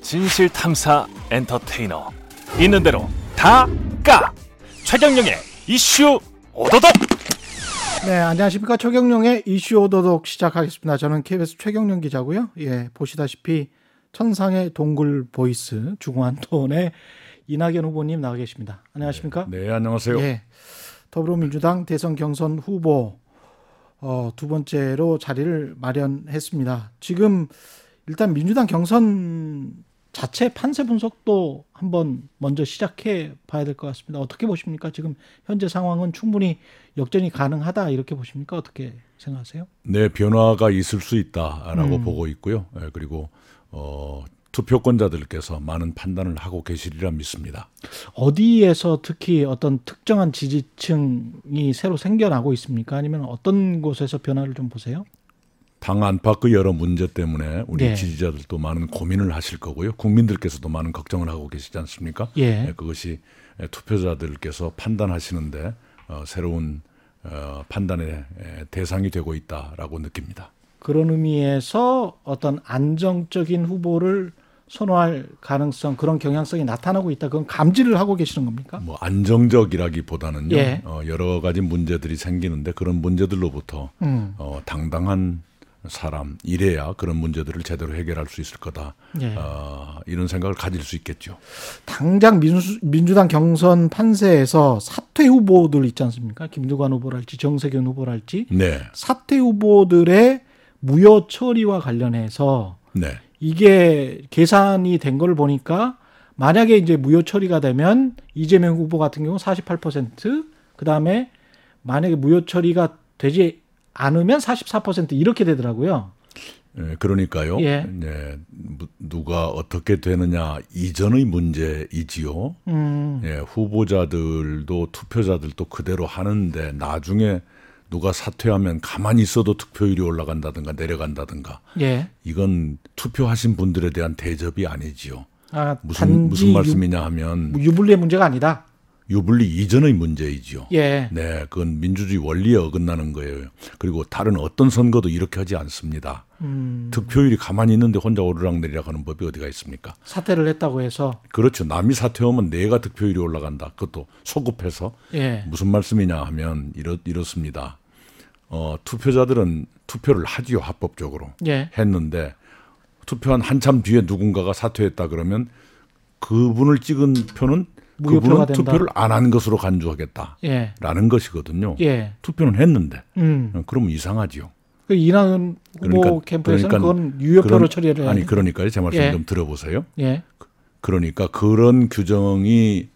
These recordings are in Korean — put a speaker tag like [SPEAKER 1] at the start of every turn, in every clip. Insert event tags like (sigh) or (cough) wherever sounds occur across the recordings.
[SPEAKER 1] 진실 탐사 엔터테이너 있는 대로 다 까 최경영의 이슈 오도독
[SPEAKER 2] 네, 안녕하십니까. 최경룡의 이슈 오도독 시작하겠습니다. 저는 KBS 최경룡 기자고요. 예, 보시다시피 천상의 동굴 보이스 주공한톤의 이낙연 후보님 나와 계십니다. 안녕하십니까?
[SPEAKER 3] 네, 안녕하세요.
[SPEAKER 2] 예. 더불어민주당 대선 경선 후보 어, 두 번째로 자리를 마련했습니다. 지금 일단 민주당 경선 자체 판세 분석도 한번 먼저 시작해 봐야 될 것 같습니다. 어떻게 보십니까? 지금 현재 상황은 충분히 역전이 가능하다 이렇게 보십니까? 어떻게 생각하세요?
[SPEAKER 3] 네, 변화가 있을 수
[SPEAKER 2] 음.
[SPEAKER 3] 있다라고 보고 있고요. 예, 그리고 어, 투표권자들께서 많은 판단을 하고 계시리라 믿습니다.
[SPEAKER 2] 어디에서 특히 어떤 특정한 지지층이 새로 생겨나고 있습니까? 아니면 어떤 곳에서 변화를 좀 보세요?
[SPEAKER 3] 당 안팎의 그 여러 문제 때문에 우리
[SPEAKER 2] 네.
[SPEAKER 3] 지지자들도 많은 고민을 하실 거고요. 국민들께서도 많은 걱정을 하고 계시지 않습니까?
[SPEAKER 2] 예.
[SPEAKER 3] 예, 그것이 예, 투표자들께서 판단하시는데 어, 새로운 어, 판단의 예, 대상이 되고 있다라고 느낍니다.
[SPEAKER 2] 그런 의미에서 어떤 안정적인 후보를 선호할 가능성 그런 경향성이 나타나고 있다. 그건 감지를 하고 계시는 겁니까?
[SPEAKER 3] 뭐 안정적이라기보다는요
[SPEAKER 2] 예.
[SPEAKER 3] 어, 여러 가지 문제들이 생기는데 그런 문제들로부터 어, 당당한 사람 이래야 그런 문제들을 제대로 해결할 수 있을 거다
[SPEAKER 2] 예.
[SPEAKER 3] 어, 이런 생각을 가질 수 있겠죠.
[SPEAKER 2] 당장 민수, 민주당 경선 판세에서 사퇴 후보들 있지 않습니까? 김두관 후보랄지 정세균 후보랄지
[SPEAKER 3] 네,
[SPEAKER 2] 사퇴 후보들의 무효 처리와 관련해서
[SPEAKER 3] 네,
[SPEAKER 2] 이게 계산이 된 걸 보니까 만약에 이제 무효 처리가 되면 이재명 후보 같은 경우 48%, 그다음에 만약에 무효 처리가 되지 않으면 44% 이렇게 되더라고요.
[SPEAKER 3] 예, 그러니까요.
[SPEAKER 2] 예.
[SPEAKER 3] 예, 누- 누가 어떻게 되느냐 이전의 문제이지요.
[SPEAKER 2] 음.
[SPEAKER 3] 예, 후보자들도 투표자들도 그대로 하는데 나중에 누가 사퇴하면 가만히 있어도 득표율이 올라간다든가 내려간다든가
[SPEAKER 2] 예.
[SPEAKER 3] 이건 투표하신 분들에 대한 대접이 아니지요.
[SPEAKER 2] 아,
[SPEAKER 3] 무슨
[SPEAKER 2] 단지
[SPEAKER 3] 무슨 말씀이냐 하면
[SPEAKER 2] 유, 불리의 문제가 아니다.
[SPEAKER 3] 유불리 이전의 문제이지요.
[SPEAKER 2] 예.
[SPEAKER 3] 네, 그건 민주주의 원리에 어긋나는 거예요. 그리고 다른 어떤 선거도 이렇게 하지 않습니다.
[SPEAKER 2] 음,
[SPEAKER 3] 득표율이 가만히 있는데 혼자 오르락내리락 하는 법이 어디가 있습니까?
[SPEAKER 2] 사퇴를 했다고 해서
[SPEAKER 3] 그렇죠. 남이 사퇴하면 내가 득표율이 올라간다. 그것도 소급해서
[SPEAKER 2] 예.
[SPEAKER 3] 무슨 말씀이냐 하면 이렇, 이렇습니다. 어, 투표자들은 투표를 하지요, 합법적으로.
[SPEAKER 2] 예.
[SPEAKER 3] 했는데 투표한 한참 뒤에 누군가가 사퇴했다 그러면 그분을 찍은 표는
[SPEAKER 2] 무효표가
[SPEAKER 3] 그분은
[SPEAKER 2] 된다.
[SPEAKER 3] 투표를 안 한 것으로 간주하겠다라는
[SPEAKER 2] 예.
[SPEAKER 3] 것이거든요.
[SPEAKER 2] 예.
[SPEAKER 3] 투표는 했는데
[SPEAKER 2] 음.
[SPEAKER 3] 그러면 이상하죠.
[SPEAKER 2] 그 이낙연 후보
[SPEAKER 3] 그러니까-
[SPEAKER 2] 캠프에서는
[SPEAKER 3] 그러니까
[SPEAKER 2] 그건 유효표로
[SPEAKER 3] 그런-
[SPEAKER 2] 처리를 해야
[SPEAKER 3] 아니
[SPEAKER 2] 돼.
[SPEAKER 3] 그러니까요. 제 말씀
[SPEAKER 2] 예.
[SPEAKER 3] 좀 들어보세요.
[SPEAKER 2] 예.
[SPEAKER 3] 그러니까 그런 규정이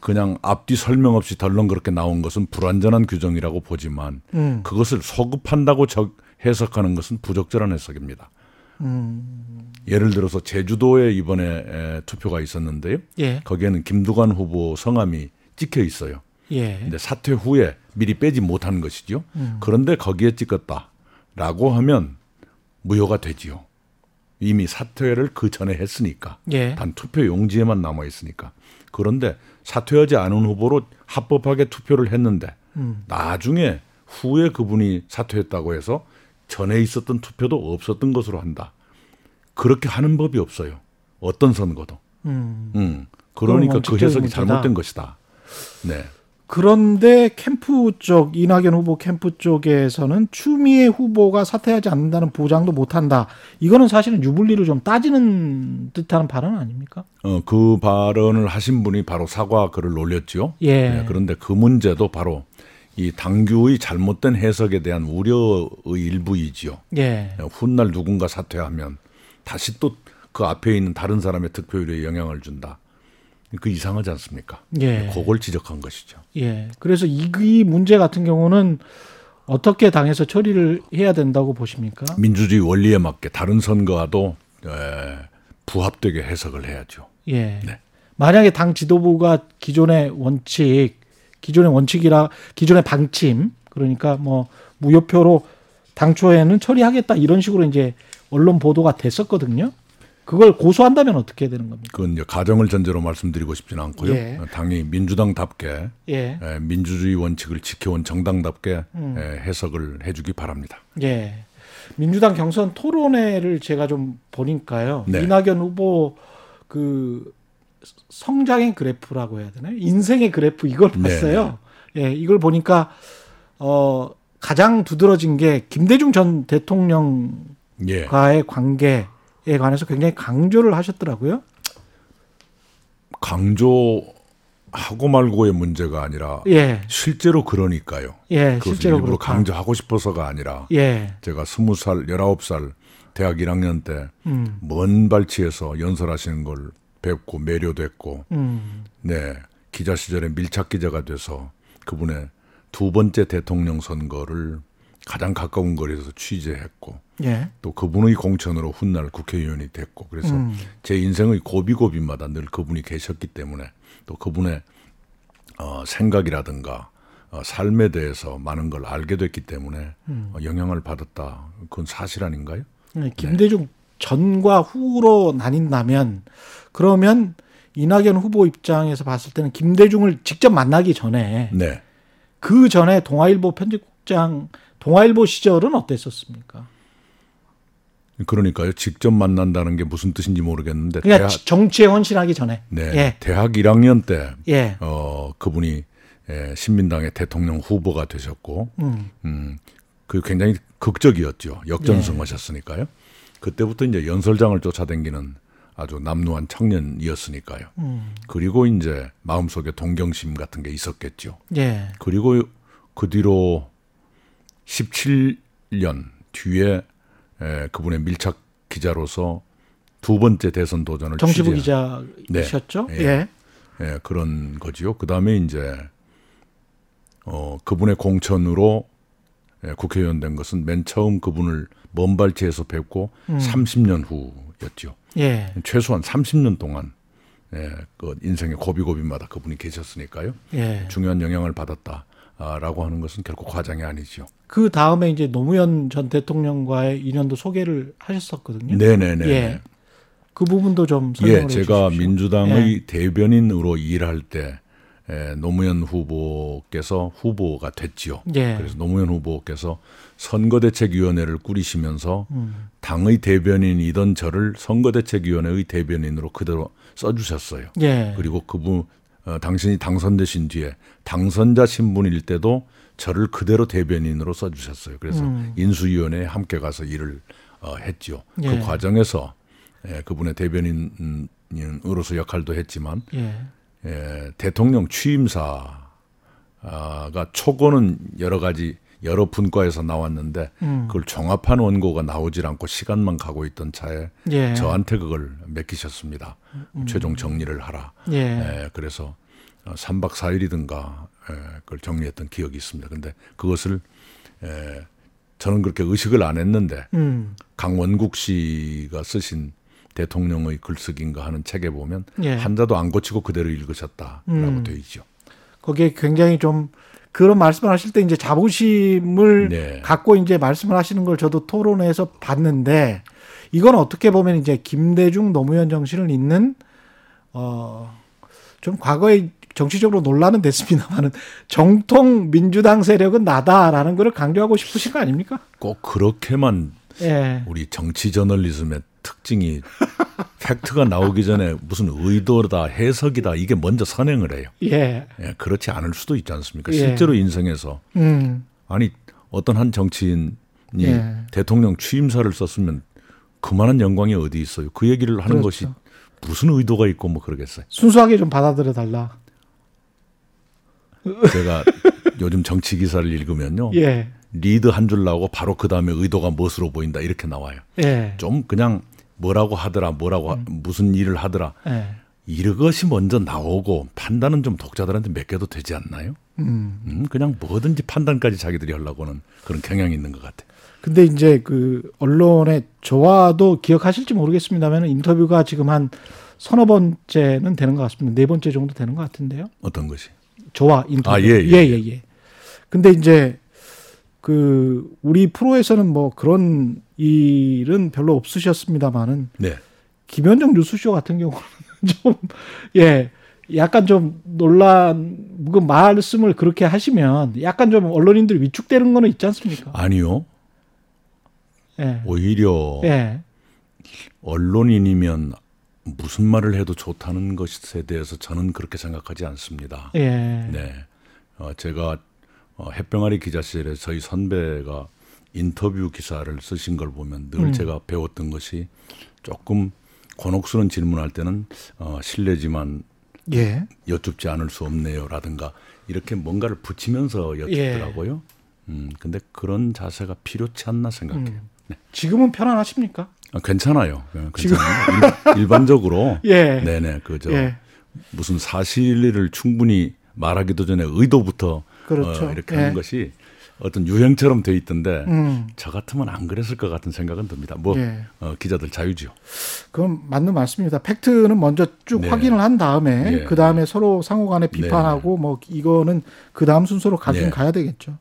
[SPEAKER 3] 그냥 앞뒤 설명 없이 덜렁 그렇게 나온 것은 불완전한 규정이라고 보지만
[SPEAKER 2] 음.
[SPEAKER 3] 그것을 소급한다고 적- 해석하는 것은 부적절한 해석입니다.
[SPEAKER 2] 음.
[SPEAKER 3] 예를 들어서 제주도에 이번에 에, 투표가 있었는데요.
[SPEAKER 2] 예.
[SPEAKER 3] 거기에는 김두관 후보 성함이 찍혀 있어요.
[SPEAKER 2] 예. 음.
[SPEAKER 3] 근데 사퇴 후에 미리 빼지 못한 것이죠. 그런데 거기에 찍었다라고 하면 무효가 되지요. 이미 사퇴를 그 전에 했으니까.
[SPEAKER 2] 예.
[SPEAKER 3] 단 투표 용지에만 남아 있으니까. 그런데 사퇴하지 않은 후보로 합법하게 투표를 했는데
[SPEAKER 2] 음.
[SPEAKER 3] 나중에 후에 그분이 사퇴했다고 해서 전에 있었던 투표도 없었던 것으로 한다. 그렇게 하는 법이 없어요. 어떤 선거도.
[SPEAKER 2] 음.
[SPEAKER 3] 음. 그러니까 그
[SPEAKER 2] 원칙적인
[SPEAKER 3] 해석이
[SPEAKER 2] 문제다.
[SPEAKER 3] 잘못된 것이다. 네.
[SPEAKER 2] 그런데 캠프 쪽 이낙연 후보 캠프 쪽에서는 추미애 후보가 사퇴하지 않는다는 보장도 못한다. 이거는 사실은 유불리를 좀 따지는 듯하는 발언 아닙니까?
[SPEAKER 3] 어, 그 발언을 하신 분이 바로 사과 글을 올렸지요.
[SPEAKER 2] 예.
[SPEAKER 3] 네, 그런데 그 문제도 바로 이 당규의 잘못된 해석에 대한 우려의 일부이지요.
[SPEAKER 2] 예.
[SPEAKER 3] 예, 훗날 누군가 사퇴하면 다시 또 그 앞에 있는 다른 사람의 득표율에 영향을 준다. 그 이상하지 않습니까?
[SPEAKER 2] 예.
[SPEAKER 3] 그걸 지적한 것이죠.
[SPEAKER 2] 예. 그래서 이, 이 문제 같은 경우는 어떻게 당에서 처리를 해야 된다고 보십니까?
[SPEAKER 3] 민주주의 원리에 맞게 다른 선거와도 에, 부합되게 해석을 해야죠.
[SPEAKER 2] 예. 만약에 당 지도부가 기존의 원칙, 기존의 원칙이라 기존의 방침, 그러니까 뭐 무효표로 당초에는 처리하겠다 이런 식으로 이제 언론 보도가 됐었거든요. 그걸 고소한다면 어떻게 되는 겁니까?
[SPEAKER 3] 그건 이제 가정을 전제로 말씀드리고 싶지는 않고요.
[SPEAKER 2] 예.
[SPEAKER 3] 당이 민주당답게
[SPEAKER 2] 예.
[SPEAKER 3] 에,
[SPEAKER 2] 음.
[SPEAKER 3] 예, 민주주의 원칙을 지켜온 정당답게 에, 해석을 해주기 바랍니다.
[SPEAKER 2] 예. 민주당 경선 토론회를 제가 좀 보니까요.
[SPEAKER 3] 네.
[SPEAKER 2] 이낙연 후보 그 성장의 그래프라고 해야 되나요? 인생의 그래프 이걸
[SPEAKER 3] 네,
[SPEAKER 2] 봤어요. 예, 이걸 보니까 어 가장 두드러진 게 김대중 전 대통령과의
[SPEAKER 3] 예.
[SPEAKER 2] 관계에 관해서 굉장히 강조를 하셨더라고요.
[SPEAKER 3] 강조하고 말고의 문제가 아니라
[SPEAKER 2] 예.
[SPEAKER 3] 실제로 그러니까요.
[SPEAKER 2] 예,
[SPEAKER 3] 그것을
[SPEAKER 2] 실제로
[SPEAKER 3] 일부러
[SPEAKER 2] 그렇다.
[SPEAKER 3] 강조하고 싶어서가 아니라
[SPEAKER 2] 예.
[SPEAKER 3] 제가 스무 살, 열아홉 살 대학
[SPEAKER 2] 음.
[SPEAKER 3] 1학년 때 먼 발치에서 연설하시는 걸 뵙고 매료됐고
[SPEAKER 2] 음.
[SPEAKER 3] 네 기자 시절에 밀착 기자가 돼서 그분의 두 번째 대통령 선거를 가장 가까운 거리에서 취재했고
[SPEAKER 2] 예.
[SPEAKER 3] 또 그분의 공천으로 훗날 국회의원이 됐고 그래서
[SPEAKER 2] 음.
[SPEAKER 3] 제 인생의 고비고비마다 늘 그분이 계셨기 때문에 또 그분의 어, 생각이라든가 어, 삶에 대해서 많은 걸 알게 됐기 때문에
[SPEAKER 2] 음.
[SPEAKER 3] 어, 영향을 받았다. 그건 사실 아닌가요?
[SPEAKER 2] 네, 김대중 전과 후로 나뉜다면 그러면 이낙연 후보 입장에서 봤을 때는 김대중을 직접 만나기 전에
[SPEAKER 3] 네.
[SPEAKER 2] 그 전에 동아일보 편집국장 동아일보 시절은 어땠었습니까?
[SPEAKER 3] 그러니까요. 직접 만난다는 게 무슨 뜻인지 모르겠는데
[SPEAKER 2] 그러니까
[SPEAKER 3] 대학
[SPEAKER 2] 지- 정치에 헌신하기 전에
[SPEAKER 3] 네.
[SPEAKER 2] 예,
[SPEAKER 3] 대학 1학년 때
[SPEAKER 2] 예,
[SPEAKER 3] 어, 그분이 예, 신민당의 대통령 후보가 되셨고
[SPEAKER 2] 음,
[SPEAKER 3] 음, 그 굉장히 극적이었죠.
[SPEAKER 2] 예.
[SPEAKER 3] 역전승하셨으니까요. 그때부터 이제 연설장을 쫓아다니는 아주 남루한 청년이었으니까요.
[SPEAKER 2] 음,
[SPEAKER 3] 그리고 이제 마음속에 동경심 같은 게 있었겠죠.
[SPEAKER 2] 예,
[SPEAKER 3] 그리고 그 뒤로 17년 뒤에 에, 그분의 밀착 기자로서 두 번째 대선 도전을
[SPEAKER 2] 정치부
[SPEAKER 3] 취재한
[SPEAKER 2] 기자이셨죠?
[SPEAKER 3] 네,
[SPEAKER 2] 예.
[SPEAKER 3] 예. 예, 그런 거지요. 그 다음에 이제 어 그분의 공천으로 예, 국회의원 된 것은 맨 처음 그분을 먼발치에서 뵙고
[SPEAKER 2] 음.
[SPEAKER 3] 30년 후였죠.
[SPEAKER 2] 예,
[SPEAKER 3] 최소한 30년 동안 예, 그 인생의 고비고비마다 그분이 계셨으니까요.
[SPEAKER 2] 예.
[SPEAKER 3] 중요한 영향을 받았다라고 하는 것은 결코 과장이 아니죠.
[SPEAKER 2] 그 다음에 이제 노무현 전 대통령과의 인연도 소개를 하셨었거든요.
[SPEAKER 3] 네네네.
[SPEAKER 2] 예. 그 부분도 좀 설명을
[SPEAKER 3] 예, 제가
[SPEAKER 2] 해주십시오. 예.
[SPEAKER 3] 민주당의 대변인으로 일할 때 에, 노무현 후보께서 후보가 됐지요.
[SPEAKER 2] 예.
[SPEAKER 3] 그래서 노무현 후보께서 선거대책위원회를 꾸리시면서
[SPEAKER 2] 음.
[SPEAKER 3] 당의 대변인이던 저를 선거대책위원회의 대변인으로 그대로 써주셨어요.
[SPEAKER 2] 예.
[SPEAKER 3] 네. 그리고 그분 어, 당신이 당선되신 뒤에 당선자 신분일 때도 저를 그대로 대변인으로 써주셨어요. 그래서 인수위원회에 함께 가서 일을 어, 했죠.
[SPEAKER 2] 음. 예.
[SPEAKER 3] 그 과정에서 예, 그분의 대변인으로서 역할도 했지만
[SPEAKER 2] 예.
[SPEAKER 3] 예, 대통령 취임사가 초고는 여러 가지 여러 분과에서 나왔는데
[SPEAKER 2] 음.
[SPEAKER 3] 그걸 종합한 원고가 나오질 않고 시간만 가고 있던 차에
[SPEAKER 2] 예. 음.
[SPEAKER 3] 저한테 그걸 맡기셨습니다. 최종 정리를 하라.
[SPEAKER 2] 예.
[SPEAKER 3] 예, 그래서 3박 4일이든가 예, 그걸 정리했던 기억이 있습니다. 근데 그것을 예, 저는 그렇게 의식을 안 했는데
[SPEAKER 2] 음.
[SPEAKER 3] 강원국 씨가 쓰신 대통령의 글쓰기인가 하는 책에 보면
[SPEAKER 2] 예. 음.
[SPEAKER 3] 한자도 안 고치고 그대로 읽으셨다라고 돼 있죠.
[SPEAKER 2] 거기에 굉장히 좀 그런 말씀을 하실 때 이제 자부심을
[SPEAKER 3] 네.
[SPEAKER 2] 갖고 이제 말씀을 하시는 걸 저도 토론에서 봤는데 이건 어떻게 보면 이제 김대중 노무현 정신을 잇는 어좀 과거에 정치적으로 논란은 됐습니다만은 정통 민주당 세력은 나다라는 것을 강조하고 싶으신 거 아닙니까?
[SPEAKER 3] 꼭 그렇게만
[SPEAKER 2] 예.
[SPEAKER 3] 우리 정치 저널리즘의 특징이 (laughs) 팩트가 나오기 전에 무슨 의도다 해석이다 이게 먼저 선행을 해요.
[SPEAKER 2] 예.
[SPEAKER 3] 예, 그렇지 않을 수도 있지 않습니까?
[SPEAKER 2] 예.
[SPEAKER 3] 실제로 인생에서
[SPEAKER 2] 음.
[SPEAKER 3] 아니 어떤 한 정치인이
[SPEAKER 2] 예.
[SPEAKER 3] 대통령 취임사를 썼으면 그만한 영광이 어디 있어요? 그 얘기를
[SPEAKER 2] 그렇죠.
[SPEAKER 3] 하는 것이 무슨 의도가 있고 뭐 그러겠어요.
[SPEAKER 2] 순수하게 좀 받아들여 달라. (laughs)
[SPEAKER 3] 제가 요즘 정치 기사를 읽으면요.
[SPEAKER 2] 예.
[SPEAKER 3] 리드 한 줄 나오고 바로 그 다음에 의도가 무엇으로 보인다 이렇게 나와요.
[SPEAKER 2] 예.
[SPEAKER 3] 좀 그냥 뭐라고 하더라, 뭐라고 하-
[SPEAKER 2] 음.
[SPEAKER 3] 무슨 일을 하더라
[SPEAKER 2] 예.
[SPEAKER 3] 이것이 먼저 나오고 판단은 좀 독자들한테 맡겨도 되지 않나요?
[SPEAKER 2] 음.
[SPEAKER 3] 음, 그냥 뭐든지 판단까지 자기들이 하려고 하는 그런 경향이 있는 것 같아요.
[SPEAKER 2] 근데 이제 그 언론의 저와도 기억하실지 모르겠습니다만 인터뷰가 지금 한 서너 번째는 되는 것 같습니다. 네 번째 정도 되는 것 같은데요.
[SPEAKER 3] 어떤 것이?
[SPEAKER 2] 저와 인터뷰.
[SPEAKER 3] 아, 예, 예,
[SPEAKER 2] 예, 예. 근데 이제 그 우리 프로에서는 뭐 그런 일은 별로 없으셨습니다만은
[SPEAKER 3] 네.
[SPEAKER 2] 김현정 뉴스쇼 같은 경우는 (laughs) 좀, 예, 약간 좀 논란, 그 말씀을 그렇게
[SPEAKER 3] 아,
[SPEAKER 2] 하시면 약간 좀 언론인들 위축되는 거는 있지 않습니까?
[SPEAKER 3] 아니요.
[SPEAKER 2] 예.
[SPEAKER 3] 오히려
[SPEAKER 2] 예.
[SPEAKER 3] 언론인이면 무슨 말을 해도 좋다는 것에 대해서 저는 그렇게 생각하지 않습니다.
[SPEAKER 2] 예.
[SPEAKER 3] 네. 어, 제가 어, 햇병아리 기자실에 저희 선배가 인터뷰 기사를 쓰신 걸 보면
[SPEAKER 2] 음.
[SPEAKER 3] 늘 제가 배웠던 것이 조금 곤혹스러운 질문할 때는 어, 실례지만
[SPEAKER 2] 예.
[SPEAKER 3] 여쭙지 않을 수 없네요라든가 이렇게 뭔가를 붙이면서 여쭙더라고요.
[SPEAKER 2] 예.
[SPEAKER 3] 음, 근데 그런 자세가 필요치 않나 생각해요.
[SPEAKER 2] 지금은 편안하십니까?
[SPEAKER 3] 아, 괜찮아요. 예, 괜찮아요. 일- 일반적으로
[SPEAKER 2] (laughs) 예.
[SPEAKER 3] 네네 그저
[SPEAKER 2] 예.
[SPEAKER 3] 무슨 사실을 충분히 말하기도 전에 의도부터
[SPEAKER 2] 그렇죠.
[SPEAKER 3] 어, 이렇게
[SPEAKER 2] 예.
[SPEAKER 3] 하는 것이 어떤 유행처럼 돼 있던데
[SPEAKER 2] 음.
[SPEAKER 3] 저 같으면 안 그랬을 것 같은 생각은 듭니다. 뭐
[SPEAKER 2] 예.
[SPEAKER 3] 어, 기자들 자유지요.
[SPEAKER 2] 그건 맞는 말씀입니다. 팩트는 먼저 쭉
[SPEAKER 3] 네.
[SPEAKER 2] 확인을 한 다음에
[SPEAKER 3] 예.
[SPEAKER 2] 그 다음에 서로 상호 간에 비판하고 뭐 이거는 그 다음 순서로 가긴
[SPEAKER 3] 네.
[SPEAKER 2] 가야 되겠죠.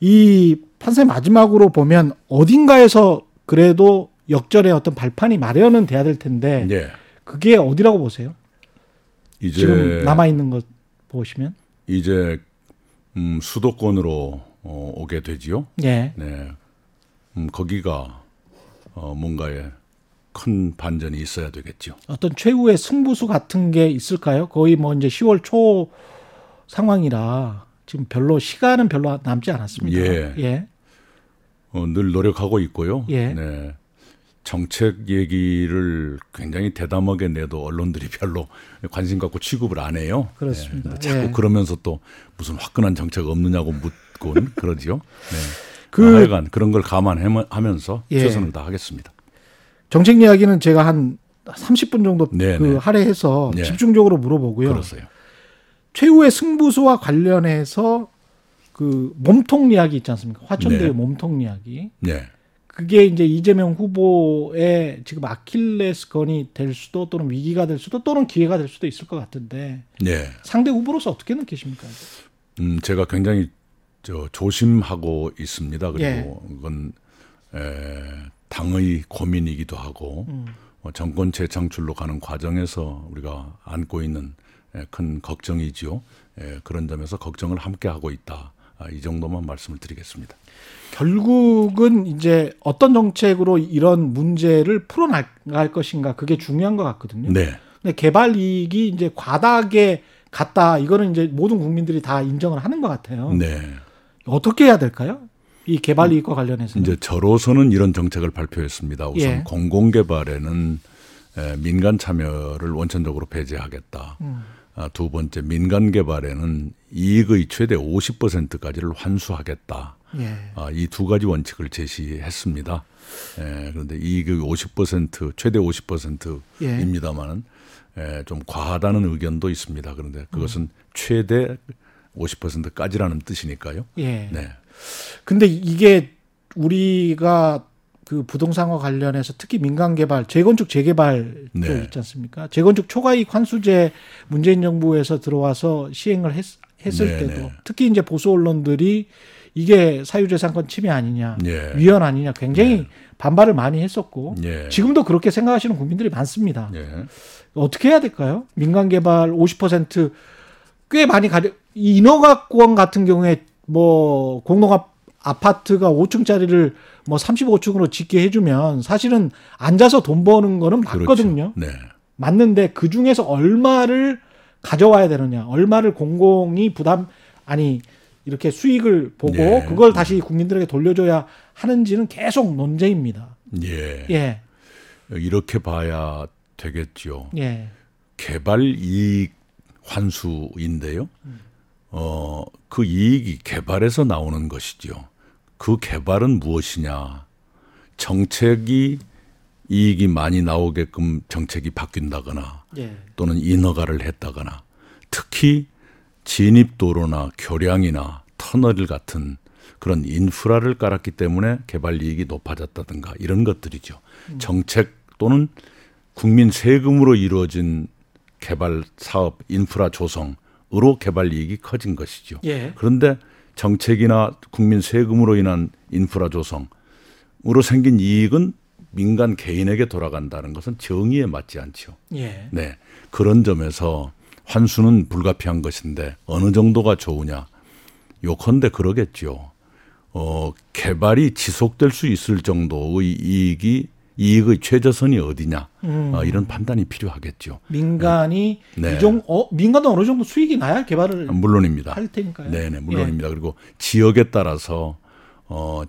[SPEAKER 2] 이 판세 마지막으로 보면 어딘가에서 그래도 역절의 어떤 발판이 마련은 돼야 될 텐데
[SPEAKER 3] 예.
[SPEAKER 2] 그게 어디라고 보세요?
[SPEAKER 3] 이제
[SPEAKER 2] 지금 남아 있는 것 보시면
[SPEAKER 3] 이제 음, 수도권으로 어, 오게 되지요.
[SPEAKER 2] 예.
[SPEAKER 3] 네. 음, 거기가 어, 뭔가에 큰 반전이 있어야 되겠죠.
[SPEAKER 2] 어떤 최후의 승부수 같은 게 있을까요? 거의 뭐 이제 10월 초 상황이라 지금 별로 시간은 별로 남지 않았습니다.
[SPEAKER 3] 예.
[SPEAKER 2] 예.
[SPEAKER 3] 어, 늘 노력하고 있고요.
[SPEAKER 2] 예.
[SPEAKER 3] 네. 정책 얘기를 굉장히 대담하게 내도 언론들이 별로 관심 갖고 취급을 안 해요.
[SPEAKER 2] 그렇습니다.
[SPEAKER 3] 네. 자꾸
[SPEAKER 2] 예.
[SPEAKER 3] 그러면서 또 무슨 화끈한 정책 없느냐고 묻곤 (laughs) 그러지요. 네.
[SPEAKER 2] 그-
[SPEAKER 3] 하여간 그런 걸 감안하면서
[SPEAKER 2] 예.
[SPEAKER 3] 최선을 다하겠습니다.
[SPEAKER 2] 정책 이야기는 제가 한 30분 정도
[SPEAKER 3] 네,
[SPEAKER 2] 그
[SPEAKER 3] 네.
[SPEAKER 2] 할애해서
[SPEAKER 3] 네.
[SPEAKER 2] 집중적으로 물어보고요.
[SPEAKER 3] 그렇어요.
[SPEAKER 2] 최후의 승부수와 관련해서 그 몸통 이야기 있지 않습니까? 화천대유
[SPEAKER 3] 네.
[SPEAKER 2] 몸통 이야기.
[SPEAKER 3] 네.
[SPEAKER 2] 그게 이제 이재명 후보의 지금 아킬레스건이 될 수도 또는 위기가 될 수도 또는 기회가 될 수도 있을 것 같은데
[SPEAKER 3] 네.
[SPEAKER 2] 상대 후보로서 어떻게 느끼십니까?
[SPEAKER 3] 음, 제가 굉장히 저 조심하고 있습니다. 그리고
[SPEAKER 2] 예.
[SPEAKER 3] 그건 에, 당의 고민이기도 하고 어, 정권 재창출로 가는 과정에서 우리가 안고 있는 에, 큰 걱정이지요. 에, 그런 점에서 걱정을 함께 하고 있다. 아, 이 정도만 말씀을 드리겠습니다.
[SPEAKER 2] 결국은 이제 어떤 정책으로 이런 문제를 풀어나갈 것인가 그게 중요한 것 같거든요.
[SPEAKER 3] 네,
[SPEAKER 2] 근데 개발 이익이 이제 과다하게 갔다 이거는 이제 모든 국민들이 다 인정을 하는 것 같아요.
[SPEAKER 3] 네.
[SPEAKER 2] 어떻게 해야 될까요? 이
[SPEAKER 3] 음.
[SPEAKER 2] 개발 이익과 관련해서
[SPEAKER 3] 이제 저로서는 이런 정책을 발표했습니다. 우선
[SPEAKER 2] 예.
[SPEAKER 3] 공공개발에는 에, 민간 참여를 원천적으로 배제하겠다.
[SPEAKER 2] 음.
[SPEAKER 3] 아, 두 번째 민간 개발에는 이익의 최대 50%까지를 환수하겠다.
[SPEAKER 2] 예.
[SPEAKER 3] 아, 이 두 가지 원칙을 제시했습니다. 에, 그런데 이익의 50% 최대 50%입니다만은 좀 과하다는 의견도 있습니다. 그런데 그것은
[SPEAKER 2] 음.
[SPEAKER 3] 최대 50%까지라는 뜻이니까요.
[SPEAKER 2] 예.
[SPEAKER 3] 네.
[SPEAKER 2] 근데 이게 우리가 그 부동산과 관련해서 특히 민간 개발, 재건축 재개발 쪽
[SPEAKER 3] 네.
[SPEAKER 2] 있지 않습니까? 재건축 초과이익 환수제 문재인 정부에서 들어와서 시행을 했, 을
[SPEAKER 3] 네,
[SPEAKER 2] 때도
[SPEAKER 3] 네.
[SPEAKER 2] 특히 이제 보수 언론들이 이게 사유재산권 침해 아니냐,
[SPEAKER 3] 예.
[SPEAKER 2] 위헌 아니냐 굉장히
[SPEAKER 3] 네.
[SPEAKER 2] 반발을 많이 했었고
[SPEAKER 3] 예.
[SPEAKER 2] 지금도 그렇게 생각하시는 국민들이 많습니다.
[SPEAKER 3] 예.
[SPEAKER 2] 어떻게 해야 될까요? 민간 개발 50%꽤 많이 가려 이 인허가권 같은 경우에 뭐 공동합 아파트가 5층짜리를 뭐 35층으로 짓게 해주면 사실은 앉아서 돈 버는 거는 맞거든요.
[SPEAKER 3] 그렇죠. 네.
[SPEAKER 2] 맞는데 그 중에서 얼마를 가져와야 되느냐, 얼마를 공공이 부담 아니 이렇게 수익을 보고
[SPEAKER 3] 네.
[SPEAKER 2] 그걸 다시 국민들에게 돌려줘야 하는지는 계속 논쟁입니다.
[SPEAKER 3] 예.
[SPEAKER 2] 예,
[SPEAKER 3] 이렇게 봐야 되겠죠.
[SPEAKER 2] 예,
[SPEAKER 3] 개발 이익 환수인데요. 어, 그 이익이 개발에서 나오는 것이죠. 그 개발은 무엇이냐? 정책이 이익이 많이 나오게끔 정책이 바뀐다거나
[SPEAKER 2] 예,
[SPEAKER 3] 또는 인허가를 했다거나 특히 진입도로나 교량이나 터널 같은 그런 인프라를 깔았기 때문에 개발 이익이 높아졌다든가 이런 것들이죠. 정책 또는 국민 세금으로 이루어진 개발 사업 인프라 조성으로 개발 이익이 커진 것이죠.
[SPEAKER 2] 예,
[SPEAKER 3] 그런데 정책이나 국민 세금으로 인한 인프라 조성으로 생긴 이익은 민간 개인에게 돌아간다는 것은 정의에 맞지 않죠.
[SPEAKER 2] 예,
[SPEAKER 3] 네. 그런 점에서 환수는 불가피한 것인데 어느 정도가 좋으냐. 요컨대 그러겠죠. 어, 개발이 지속될 수 있을 정도의 이익이 이익의 최저선이 어디냐
[SPEAKER 2] 음.
[SPEAKER 3] 어, 이런 판단이 필요하겠죠.
[SPEAKER 2] 민간이
[SPEAKER 3] 네.
[SPEAKER 2] 이종 어 민간도 어느 정도 수익이 나야 개발을
[SPEAKER 3] 물론입니다.
[SPEAKER 2] 할 테니까요.
[SPEAKER 3] 네네
[SPEAKER 2] 예.
[SPEAKER 3] 물론입니다. 그리고 지역에 따라서 어,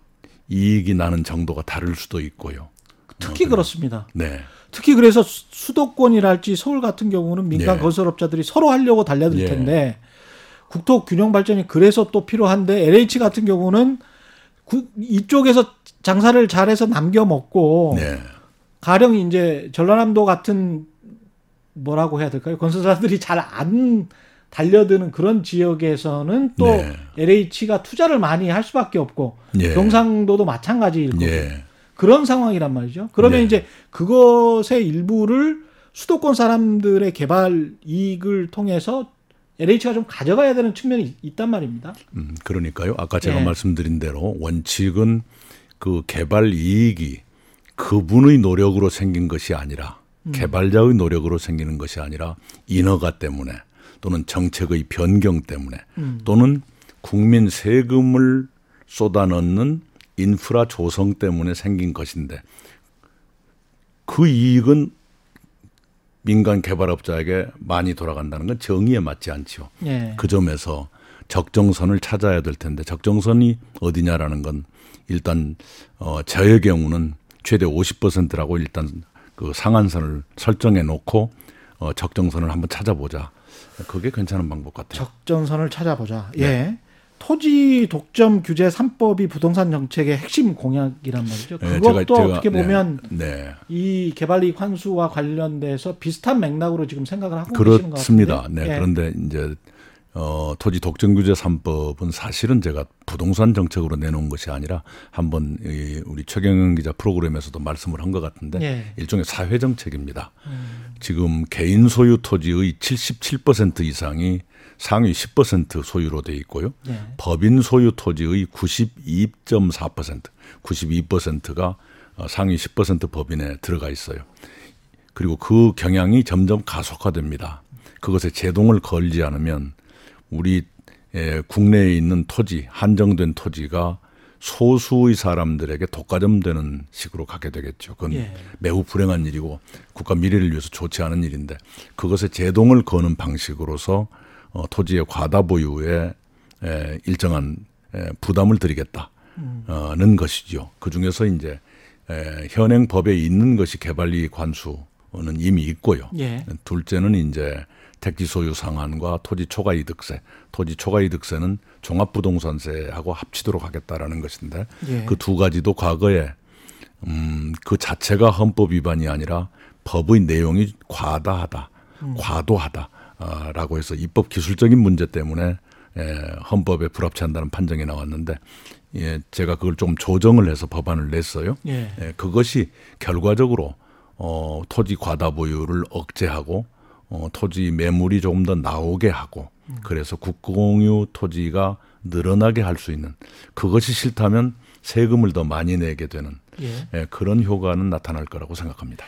[SPEAKER 3] 이익이 나는 정도가 다를 수도 있고요.
[SPEAKER 2] 예, 특히 그렇습니다.
[SPEAKER 3] 어, 네.
[SPEAKER 2] 특히 그래서 수- 수도권이랄지 서울 같은 경우는 민간
[SPEAKER 3] 예.
[SPEAKER 2] 건설업자들이 서로 하려고 달려들
[SPEAKER 3] 예.
[SPEAKER 2] 텐데 국토 균형 발전이 그래서 또 필요한데 LH 같은 경우는 구- 이쪽에서 장사를 잘해서 남겨 먹고
[SPEAKER 3] 네.
[SPEAKER 2] 가령 이제 전라남도 같은 뭐라고 해야 될까요? 건설사들이 잘 안 달려드는 그런 지역에서는 또
[SPEAKER 3] 네.
[SPEAKER 2] LH가 투자를 많이 할 수밖에 없고
[SPEAKER 3] 예.
[SPEAKER 2] 경상도도 마찬가지일 거고
[SPEAKER 3] 예. 그러면
[SPEAKER 2] 그런 상황이란 말이죠. 그러면
[SPEAKER 3] 네.
[SPEAKER 2] 이제 그것의 일부를 수도권 사람들의 개발 이익을 통해서 LH가 좀 가져가야 되는 측면이 있- 있단 말입니다.
[SPEAKER 3] 음, 그러니까요. 아까 제가
[SPEAKER 2] 예.
[SPEAKER 3] 말씀드린 대로 원칙은 그 개발 이익이 그분의 노력으로 생긴 것이 아니라 개발자의 노력으로 생기는 것이 아니라 인허가 때문에 또는 정책의 변경 때문에 또는 국민 세금을 쏟아넣는 인프라 조성 때문에 생긴 것인데 그 이익은 민간 개발업자에게 많이 돌아간다는 건 정의에 맞지 않지요.
[SPEAKER 2] 예.
[SPEAKER 3] 그 점에서 적정선을 찾아야 될 텐데 적정선이 어디냐라는 건 일단 어, 저의 경우는 최대 50%라고 일단 그 상한선을 설정해 놓고 어, 적정선을 한번 찾아보자. 그게 괜찮은 방법 같아요.
[SPEAKER 2] 적정선을 찾아보자.
[SPEAKER 3] 네.
[SPEAKER 2] 예. 토지 독점 규제 삼법이 부동산 정책의 핵심 공약이란 말이죠.
[SPEAKER 3] 예,
[SPEAKER 2] 그것도 어떻게
[SPEAKER 3] 네,
[SPEAKER 2] 보면
[SPEAKER 3] 네,
[SPEAKER 2] 이 개발이익 환수와 관련돼서 비슷한 맥락으로 지금 생각을 하고 계시는 것 같은데. 예.
[SPEAKER 3] 그렇습니다. 네, 그런데 이제 어, 토지 독점 규제 삼법은 사실은 제가 부동산 정책으로 내놓은 것이 아니라 한번 이 우리 최경영 기자 프로그램에서도 말씀을 한 것 같은데
[SPEAKER 2] 예. 음.
[SPEAKER 3] 일종의 사회 정책입니다. 지금 개인 소유 토지의 77% 이상이 상위 10% 소유로 돼 있고요.
[SPEAKER 2] 예.
[SPEAKER 3] 법인 소유 토지의 92.4% 92%가 어, 상위 10% 법인에 들어가 있어요. 그리고 그 경향이 점점 가속화됩니다. 그것에 제동을 걸지 않으면 우리 에, 국내에 있는 토지 한정된 토지가 소수의 사람들에게 독과점되는 식으로 가게 되겠죠. 그건
[SPEAKER 2] 예.
[SPEAKER 3] 매우 불행한 일이고 국가 미래를 위해서 좋지 않은 일인데 그것에 제동을 거는 방식으로서 어, 토지의 과다 보유에 에, 일정한 에, 부담을 드리겠다는 것이죠. 그 중에서 이제 에, 현행 법에 있는 것이 개발이익 관수는 이미 있고요.
[SPEAKER 2] 예.
[SPEAKER 3] 둘째는 이제 택지 소유 상한과 토지 초과 이득세, 토지 초과 이득세는 종합부동산세하고 합치도록 하겠다라는 것인데
[SPEAKER 2] 예.
[SPEAKER 3] 그 두 가지도 과거에 음, 그 자체가 헌법 위반이 아니라 법의 내용이 과다하다,
[SPEAKER 2] 음.
[SPEAKER 3] 아, 과도하다라고 해서 입법 기술적인 문제 때문에 예, 헌법에 불합치한다는 판정이 나왔는데 예, 제가 그걸 좀 조정을 해서 법안을 냈어요.
[SPEAKER 2] 예.
[SPEAKER 3] 예, 그것이 결과적으로 어, 토지 과다 보유를 억제하고 어, 토지 매물이 조금 더 나오게 하고 그래서 국공유 토지가 늘어나게 할 수 있는 그것이 싫다면 세금을 더 많이 내게 되는
[SPEAKER 2] 예.
[SPEAKER 3] 예, 그런 효과는 나타날 거라고 생각합니다.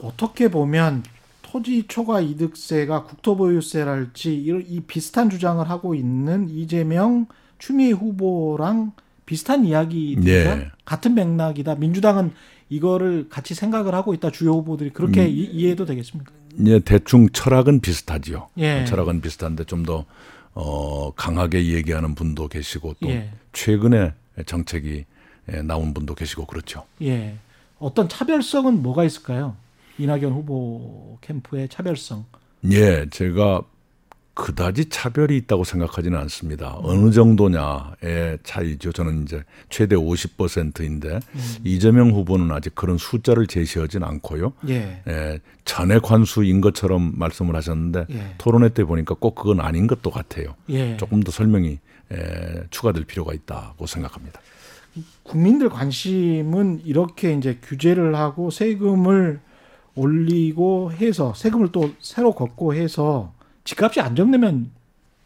[SPEAKER 2] 어떻게 보면 토지 초과 이득세가 국토보유세랄지 이런 이 비슷한 주장을 하고 있는 이재명 추미애 후보랑 비슷한 이야기이다
[SPEAKER 3] 예.
[SPEAKER 2] 같은 맥락이다 민주당은 이거를 같이 생각을 하고 있다 주요 후보들이 그렇게 이, 이해해도 되겠습니까?
[SPEAKER 3] 예, 대충 철학은 비슷하지요.
[SPEAKER 2] 예.
[SPEAKER 3] 철학은 비슷한데 좀 더 어, 강하게 얘기하는 분도 계시고 또
[SPEAKER 2] 예.
[SPEAKER 3] 최근에 정책이 예, 나온 분도 계시고 그렇죠.
[SPEAKER 2] 예 어떤 차별성은 뭐가 있을까요? 이낙연 후보 캠프의 차별성
[SPEAKER 3] 예, 제가 그다지 차별이 있다고 생각하지는 않습니다. 어느 정도냐의 차이죠. 저는 이제 최대 50%인데
[SPEAKER 2] 음.
[SPEAKER 3] 이재명 후보는 아직 그런 숫자를 제시하진 않고요.
[SPEAKER 2] 예
[SPEAKER 3] 예, 전액 환수인 것처럼 말씀을 하셨는데
[SPEAKER 2] 예.
[SPEAKER 3] 토론회 때 보니까 꼭 그건 아닌 것도 같아요.
[SPEAKER 2] 예.
[SPEAKER 3] 조금 더 설명이 예, 추가될 필요가 있다고 생각합니다.
[SPEAKER 2] 국민들 관심은 이렇게 이제 규제를 하고 세금을 올리고 해서 세금을 또 새로 걷고 해서 집값이 안정되면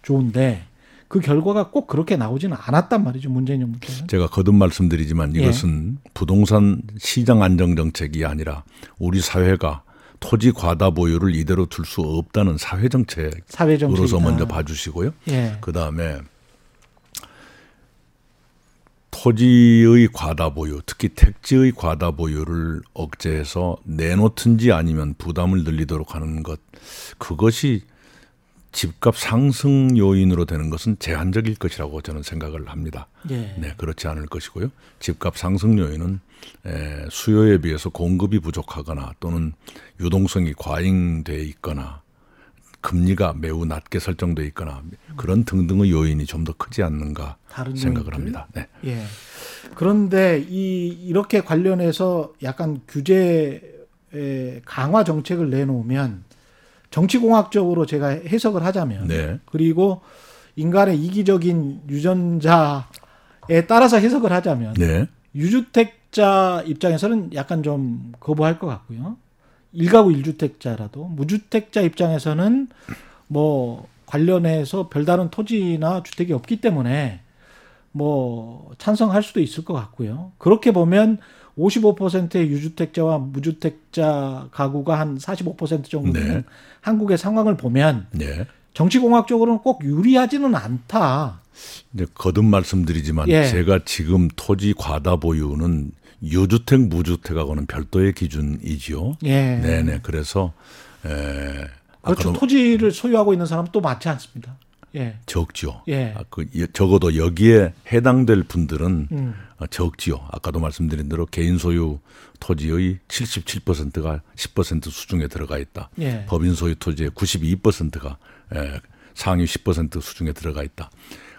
[SPEAKER 2] 좋은데 그 결과가 꼭 그렇게 나오지는 않았단 말이죠 문재인 정부 때는.
[SPEAKER 3] 제가 거듭 말씀드리지만
[SPEAKER 2] 예.
[SPEAKER 3] 이것은 부동산 시장 안정 정책이 아니라 우리 사회가 토지 과다 보유를 이대로 둘 수 없다는 사회 정책으로서
[SPEAKER 2] 사회 정책으로서
[SPEAKER 3] 먼저 봐주시고요.
[SPEAKER 2] 예.
[SPEAKER 3] 그 다음에 토지의 과다 보유, 특히 택지의 과다 보유를 억제해서 내놓든지 아니면 부담을 늘리도록 하는 것 그것이 집값 상승 요인으로 되는 것은 제한적일 것이라고 저는 생각을 합니다.
[SPEAKER 2] 예.
[SPEAKER 3] 네, 그렇지 않을 것이고요. 집값 상승 요인은 에, 수요에 비해서 공급이 부족하거나 또는 유동성이 과잉돼 있거나 금리가 매우 낮게 설정돼 있거나 그런 등등의 요인이 좀 더 크지 않는가
[SPEAKER 2] 다른
[SPEAKER 3] 생각을
[SPEAKER 2] 요인들?
[SPEAKER 3] 합니다. 네.
[SPEAKER 2] 예. 그런데 이 이렇게 관련해서 약간 규제 강화 정책을 내놓으면 정치공학적으로 제가 해석을 하자면
[SPEAKER 3] 네.
[SPEAKER 2] 그리고 인간의 이기적인 유전자에 따라서 해석을 하자면
[SPEAKER 3] 네.
[SPEAKER 2] 유주택자 입장에서는 약간 좀 거부할 것 같고요. 일가구 일주택자라도 무주택자 입장에서는 뭐 관련해서 별다른 토지나 주택이 없기 때문에 뭐 찬성할 수도 있을 것 같고요. 그렇게 보면 55%의 유주택자와 무주택자 가구가 한 45% 정도 되는
[SPEAKER 3] 네.
[SPEAKER 2] 한국의 상황을 보면
[SPEAKER 3] 네.
[SPEAKER 2] 정치공학적으로는 꼭 유리하지는 않다.
[SPEAKER 3] 이제 거듭 말씀드리지만
[SPEAKER 2] 예.
[SPEAKER 3] 제가 지금 토지 과다 보유는 유주택 무주택하고는 별도의 기준이지요.
[SPEAKER 2] 예.
[SPEAKER 3] 네네. 그래서 에,
[SPEAKER 2] 그렇죠.
[SPEAKER 3] 아까도 뭐
[SPEAKER 2] 토지를 소유하고 있는 사람 또 많지 않습니다. 예.
[SPEAKER 3] 적죠.
[SPEAKER 2] 예.
[SPEAKER 3] 아, 그 예- 적어도 여기에 해당될 분들은
[SPEAKER 2] 음.
[SPEAKER 3] 어, 적지요. 아까도 말씀드린 대로 개인 소유 토지의 77%가 10% 수중에 들어가 있다.
[SPEAKER 2] 예.
[SPEAKER 3] 법인 소유 토지의 92%가 에, 상위 10% 수중에 들어가 있다.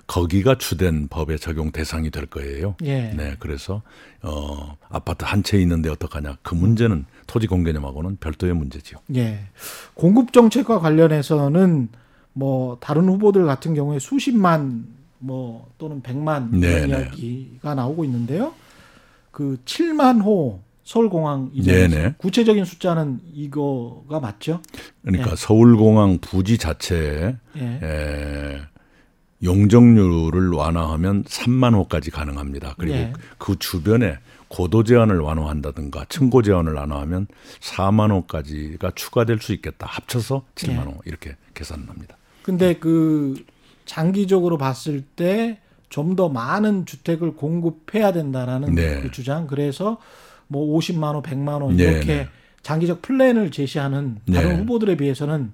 [SPEAKER 3] 거기가 주된 법의 적용 대상이 될 거예요.
[SPEAKER 2] 예.
[SPEAKER 3] 네, 그래서 어, 아파트 한 채 있는데 어떡하냐? 그 문제는 토지 공개념하고는 별도의 문제지요.
[SPEAKER 2] 예. 공급 정책과 관련해서는 뭐 다른 후보들 같은 경우에 수십만 뭐 또는 백만
[SPEAKER 3] 네,
[SPEAKER 2] 이런
[SPEAKER 3] 네.
[SPEAKER 2] 이야기가 나오고 있는데요. 그 7만 호 서울공항
[SPEAKER 3] 네,
[SPEAKER 2] 이전에서
[SPEAKER 3] 네.
[SPEAKER 2] 구체적인 숫자는 이거가 맞죠?
[SPEAKER 3] 그러니까 서울공항 부지 자체에
[SPEAKER 2] 예.
[SPEAKER 3] 에, 용적률을 완화하면 3만 호까지 가능합니다. 그리고
[SPEAKER 2] 예.
[SPEAKER 3] 그 주변에 고도 제한을 완화한다든가 층고 제한을 완화하면 4만 호까지가 추가될 수 있겠다. 합쳐서 7만
[SPEAKER 2] 예.
[SPEAKER 3] 호 이렇게 계산합니다.
[SPEAKER 2] 근데 그 장기적으로 봤을 때 좀 더 많은 주택을 공급해야 된다라는
[SPEAKER 3] 네.
[SPEAKER 2] 그 주장. 그래서 뭐 50만 원, 100만 원
[SPEAKER 3] 네,
[SPEAKER 2] 이렇게
[SPEAKER 3] 네.
[SPEAKER 2] 장기적 플랜을 제시하는 다른
[SPEAKER 3] 네.
[SPEAKER 2] 후보들에 비해서는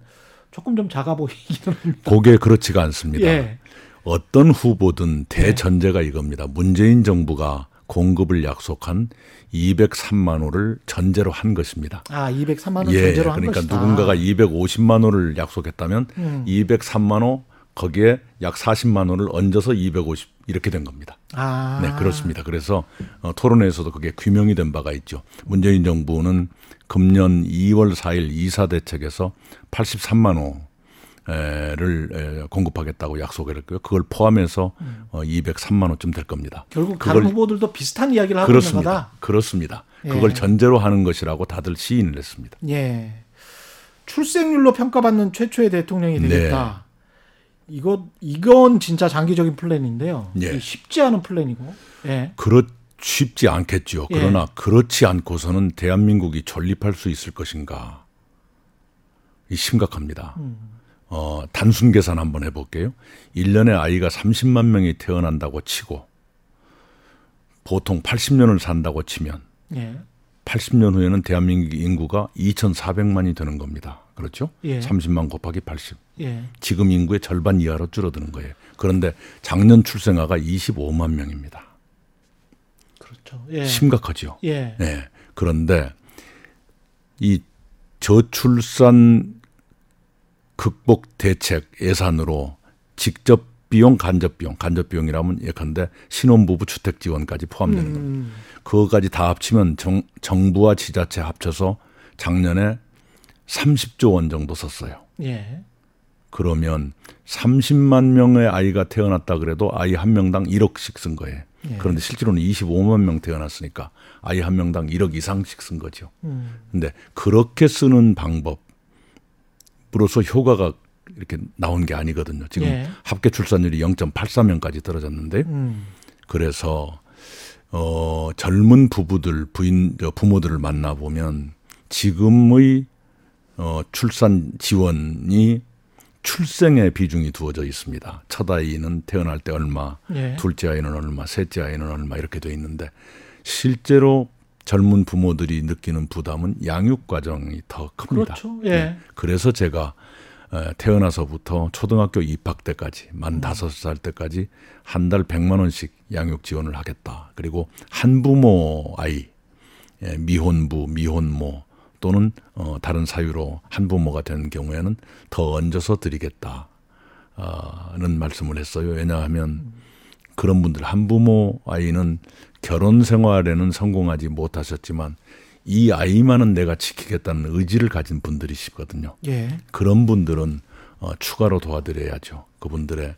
[SPEAKER 2] 조금 좀 작아 보이기는
[SPEAKER 3] (laughs)
[SPEAKER 2] 합니다.
[SPEAKER 3] 그게 그렇지가 않습니다.
[SPEAKER 2] 예.
[SPEAKER 3] 어떤 후보든 대전제가 이겁니다. 문재인 정부가 공급을 약속한 203만 호를 전제로 한 것입니다.
[SPEAKER 2] 아, 203만 원
[SPEAKER 3] 예,
[SPEAKER 2] 전제로 한
[SPEAKER 3] 그러니까
[SPEAKER 2] 것이다. 음.
[SPEAKER 3] 누군가가 250만 원을 약속했다면 203만 원 거기에 약 40만 원을 얹어서 250 이렇게 된 겁니다.
[SPEAKER 2] 아,
[SPEAKER 3] 네, 그렇습니다. 그래서 어, 토론회에서도 그게 규명이 된 바가 있죠. 문재인 정부는 금년 2월 4일 이사 대책에서 83만 호를 에, 공급하겠다고 약속을 했고요. 그걸 포함해서 어, 203만 호쯤 될 겁니다.
[SPEAKER 2] 음. 결국 다른
[SPEAKER 3] 그걸
[SPEAKER 2] 후보들도 비슷한 이야기를 하고 있는
[SPEAKER 3] 그렇습니다.
[SPEAKER 2] 거다.
[SPEAKER 3] 그렇습니다.
[SPEAKER 2] 예.
[SPEAKER 3] 그걸 전제로 하는 것이라고 다들 시인을 했습니다.
[SPEAKER 2] 예. 출생률로 평가받는 최초의 대통령이
[SPEAKER 3] 네.
[SPEAKER 2] 되겠다. 이거 이건 진짜 장기적인 플랜인데요.
[SPEAKER 3] 예.
[SPEAKER 2] 이게 쉽지 않은 플랜이고. 예.
[SPEAKER 3] 그렇 쉽지 않겠죠.
[SPEAKER 2] 예.
[SPEAKER 3] 그러나 그렇지 않고서는 대한민국이 존립할 수 있을 것인가? 이 심각합니다.
[SPEAKER 2] 음.
[SPEAKER 3] 어, 단순 계산 한번 해볼게요. 1년에 아이가 30만 명이 태어난다고 치고 보통 80년을 산다고 치면
[SPEAKER 2] 예.
[SPEAKER 3] 80년 후에는 대한민국 인구가 2,400만이 되는 겁니다. 그렇죠?
[SPEAKER 2] 예.
[SPEAKER 3] 30만 곱하기 80.
[SPEAKER 2] 예.
[SPEAKER 3] 지금 인구의 절반 이하로 줄어드는 거예요. 그런데 작년 출생아가 25만 명입니다.
[SPEAKER 2] 그렇죠. 예.
[SPEAKER 3] 심각하죠.
[SPEAKER 2] 예.
[SPEAKER 3] 예. 그런데 이 저출산 극복 대책 예산으로 직접 비용, 간접 비용, 간접 비용이라면 예컨대 신혼부부 주택 지원까지 포함되는 겁니다.
[SPEAKER 2] 음.
[SPEAKER 3] 그거까지 다 합치면 정, 정부와 지자체 합쳐서 작년에 30조 원 정도 썼어요.
[SPEAKER 2] 예.
[SPEAKER 3] 그러면 30만 명의 아이가 태어났다 그래도 아이 한 명당 1억씩 쓴 거예요.
[SPEAKER 2] 예.
[SPEAKER 3] 그런데 실제로는 25만 명 태어났으니까 아이 한 명당 1억 이상씩 쓴 거죠.
[SPEAKER 2] 음.
[SPEAKER 3] 근데 그렇게 쓰는 방법으로서 효과가 이렇게 나온 게 아니거든요. 지금
[SPEAKER 2] 예.
[SPEAKER 3] 합계 출산율이 0.84명까지 떨어졌는데
[SPEAKER 2] 음.
[SPEAKER 3] 그래서 어 젊은 부부들 부인 저 부모들을 만나 보면 지금의 어 출산 지원이 출생의 비중이 두어져 있습니다. 첫 아이는 태어날 때 얼마,
[SPEAKER 2] 예.
[SPEAKER 3] 둘째 아이는 얼마, 셋째 아이는 얼마 이렇게 돼 있는데 실제로 젊은 부모들이 느끼는 부담은 양육 과정이 더 큽니다.
[SPEAKER 2] 그렇죠. 예.
[SPEAKER 3] 그래서 제가 어, 태어나서부터 초등학교 입학 때까지 만 다섯 살 때까지 한 달 100만 원씩 양육 지원을 하겠다. 그리고 한부모 아이 예, 미혼부, 미혼모 또는 어, 다른 사유로 한부모가 된 경우에는 더 얹어서 드리겠다. 아, 는 말씀을 했어요. 왜냐하면 그런 분들 한부모 아이는 결혼 생활에는 성공하지 못하셨지만 이 아이만은 내가 지키겠다는 의지를 가진 분들이시거든요.
[SPEAKER 2] 예.
[SPEAKER 3] 그런 분들은 어, 추가로 도와드려야죠. 그분들의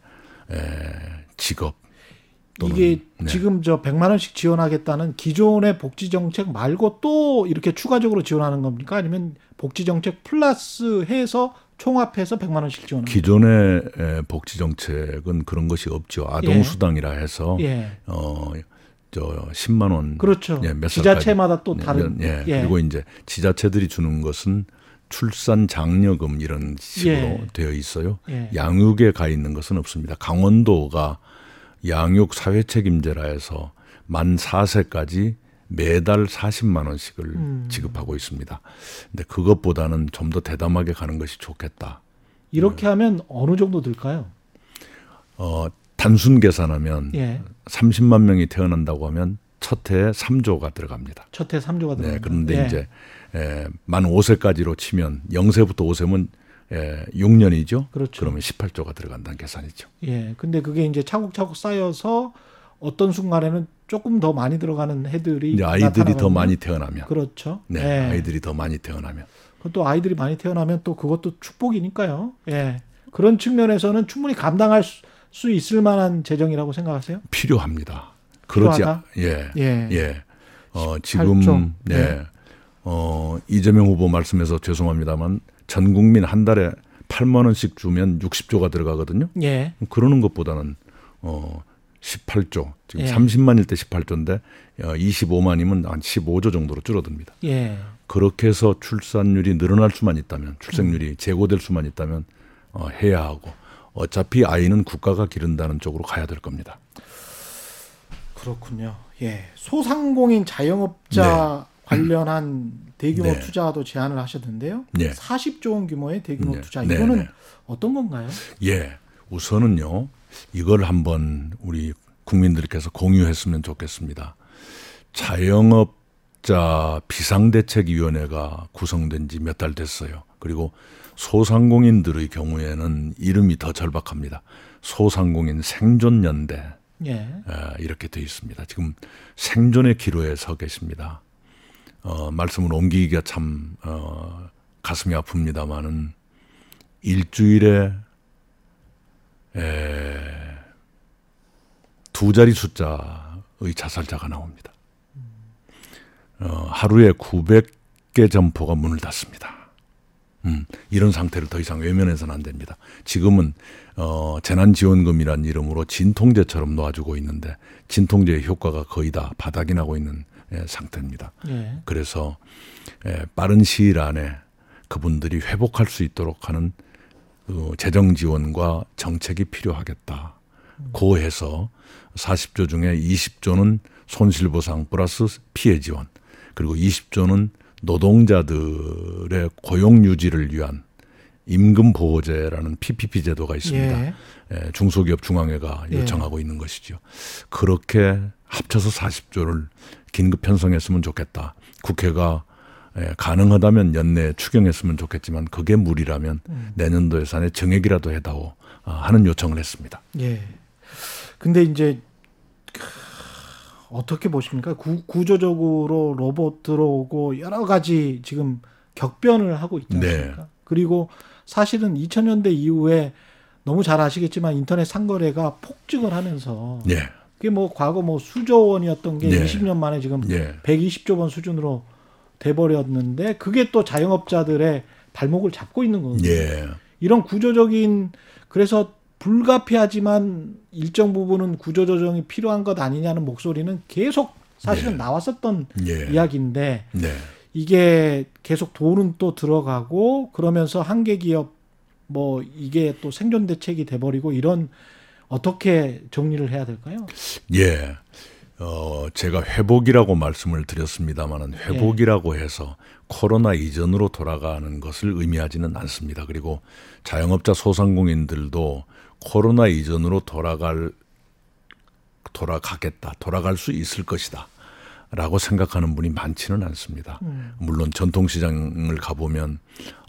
[SPEAKER 3] 에, 직업 또는
[SPEAKER 2] 이게
[SPEAKER 3] 네.
[SPEAKER 2] 지금 저 100만 원씩 지원하겠다는 기존의 복지 정책 말고 또 이렇게 추가적으로 지원하는 겁니까? 아니면 복지 정책 플러스 해서 총합해서 100만 원씩 지원하는
[SPEAKER 3] 기존의 에, 복지 정책은 그런 것이 없죠. 아동
[SPEAKER 2] 예.
[SPEAKER 3] 수당이라 해서 어,
[SPEAKER 2] 겁니까? 예.
[SPEAKER 3] 어저 10만 원
[SPEAKER 2] 그렇죠.
[SPEAKER 3] 예, 몇 살까지
[SPEAKER 2] 지자체마다 또
[SPEAKER 3] 예,
[SPEAKER 2] 다른
[SPEAKER 3] 예, 그리고 이제 지자체들이 주는 것은 출산 장려금 이런 식으로
[SPEAKER 2] 예.
[SPEAKER 3] 되어 있어요.
[SPEAKER 2] 예.
[SPEAKER 3] 양육에 가 있는 것은 없습니다. 강원도가 양육 사회 책임제라 해서 만 4세까지 매달 40만 원씩을
[SPEAKER 2] 음.
[SPEAKER 3] 지급하고 있습니다. 근데 그것보다는 좀 더 대담하게 가는 것이 좋겠다.
[SPEAKER 2] 이렇게 하면 어느 정도 들까요?
[SPEAKER 3] 어, 단순 계산하면
[SPEAKER 2] 예.
[SPEAKER 3] 30만 명이 태어난다고 하면 첫 해에 3조가 들어갑니다.
[SPEAKER 2] 첫해 3조가
[SPEAKER 3] 네,
[SPEAKER 2] 들어가요.
[SPEAKER 3] 그런데
[SPEAKER 2] 예.
[SPEAKER 3] 이제 에, 만 5세까지로 치면 0세부터 5세면 에, 6년이죠.
[SPEAKER 2] 그렇죠.
[SPEAKER 3] 러면 18조가 들어간다는 계산이죠.
[SPEAKER 2] 예. 근데 그게 이제 차곡차곡 쌓여서 어떤 순간에는 조금 더 많이 들어가는 해들이
[SPEAKER 3] 이제 아이들이 더
[SPEAKER 2] 나타나거든요.
[SPEAKER 3] 많이 태어나면
[SPEAKER 2] 그렇죠.
[SPEAKER 3] 네,
[SPEAKER 2] 예.
[SPEAKER 3] 아이들이 더 많이 태어나면
[SPEAKER 2] 그건 또 아이들이 많이 태어나면 또 그것도 축복이니까요. 예. 그런 측면에서는 충분히 감당할 수- 수 있을 만한 재정이라고 생각하세요?
[SPEAKER 3] 필요합니다. 그렇지
[SPEAKER 2] 필요하다?
[SPEAKER 3] 않- 예.
[SPEAKER 2] 예.
[SPEAKER 3] 예. 어,
[SPEAKER 2] 18조.
[SPEAKER 3] 지금 네.
[SPEAKER 2] 네.
[SPEAKER 3] 어, 이재명 후보 말씀해서 죄송합니다만 전 국민 한 달에 8만 원씩 주면 60조가 들어가거든요.
[SPEAKER 2] 예.
[SPEAKER 3] 그러는 것보다는 어 18조 지금
[SPEAKER 2] 예.
[SPEAKER 3] 30만일 때 18조인데 어, 25만이면 한 15조 정도로 줄어듭니다.
[SPEAKER 2] 예.
[SPEAKER 3] 그렇게 해서 출산율이 늘어날 수만 있다면 출생률이 제고될 수만 있다면 어, 해야 하고 어차피 아이는 국가가 기른다는 쪽으로 가야 될 겁니다.
[SPEAKER 2] 그렇군요. 예. 소상공인 자영업자 관련한 대규모
[SPEAKER 3] 네.
[SPEAKER 2] 투자도 제안을 하셨는데요.
[SPEAKER 3] 네.
[SPEAKER 2] 40조 원 규모의 대규모
[SPEAKER 3] 네.
[SPEAKER 2] 투자
[SPEAKER 3] 네,
[SPEAKER 2] 이거는
[SPEAKER 3] 네.
[SPEAKER 2] 어떤 건가요?
[SPEAKER 3] 예, 우선은요 이걸 한번 우리 국민들께서 공유했으면 좋겠습니다. 자영업자 비상대책위원회가 구성된 지 몇 달 됐어요. 그리고 소상공인들의 경우에는 이름이 더 절박합니다. 소상공인 생존연대
[SPEAKER 2] 예.
[SPEAKER 3] 아, 이렇게 돼 있습니다. 지금 생존의 기로에 서 계십니다. 어, 말씀을 옮기기가 참 어, 가슴이 아픕니다만은 일주일에 에, 두 자리 숫자의 자살자가 나옵니다. 어, 하루에 900개 점포가 문을 닫습니다. 음, 이런 상태를 더 이상 외면해서는 안 됩니다. 지금은 어, 재난지원금이라는 이름으로 진통제처럼 놓아주고 있는데 진통제의 효과가 거의 다 바닥이 나고 있는 예, 상태입니다.
[SPEAKER 2] 예.
[SPEAKER 3] 그래서 예, 빠른 시일 안에 그분들이 회복할 수 있도록 하는 그 재정 지원과 정책이 필요하겠다. 고해서 40조 중에 20조는 손실보상 플러스 피해 지원, 그리고 20조는 노동자들의 고용 유지를 위한 임금 보호제라는 PPP 제도가 있습니다.
[SPEAKER 2] 예.
[SPEAKER 3] 예, 중소기업 중앙회가
[SPEAKER 2] 예.
[SPEAKER 3] 요청하고 있는 것이죠. 그렇게 합쳐서 40조를 긴급 편성했으면 좋겠다. 국회가 예, 가능하다면 연내 추경했으면 좋겠지만 그게 무리라면 내년도 예산에 정액이라도 해다오 아, 하는 요청을 했습니다.
[SPEAKER 2] 예. 근데 이제 크, 어떻게 보십니까? 구, 구조적으로 로봇 들어오고 여러 가지 지금 격변을 하고 있지
[SPEAKER 3] 네.
[SPEAKER 2] 않습니까? 그리고 사실은 2000년대 이후에 너무 잘 아시겠지만 인터넷 상거래가 폭증을 하면서
[SPEAKER 3] 예,
[SPEAKER 2] 그게 뭐 과거 뭐 수조 원이었던 게
[SPEAKER 3] 네.
[SPEAKER 2] 20년 만에 지금
[SPEAKER 3] 예,
[SPEAKER 2] 120조 원 수준으로 돼버렸는데 그게 또 자영업자들의 발목을 잡고 있는 거거든요.
[SPEAKER 3] 예,
[SPEAKER 2] 이런 구조적인 그래서 불가피하지만 일정 부분은 구조조정이 필요한 것 아니냐는 목소리는 계속 사실은
[SPEAKER 3] 네.
[SPEAKER 2] 나왔었던
[SPEAKER 3] 예,
[SPEAKER 2] 이야기인데
[SPEAKER 3] 네,
[SPEAKER 2] 이게 계속 돈은 또 들어가고 그러면서 한계 기업 뭐 이게 또 생존 대책이 돼버리고 이런 어떻게 정리를 해야 될까요?
[SPEAKER 3] 예. 어, 제가 회복이라고 말씀을 드렸습니다만은 회복이라고 해서 코로나 이전으로 돌아가는 것을 의미하지는 않습니다. 그리고 자영업자 소상공인들도 코로나 이전으로 돌아갈 돌아가겠다. 돌아갈 수 있을 것이다. 라고 생각하는 분이 많지는 않습니다. 물론 전통시장을 가보면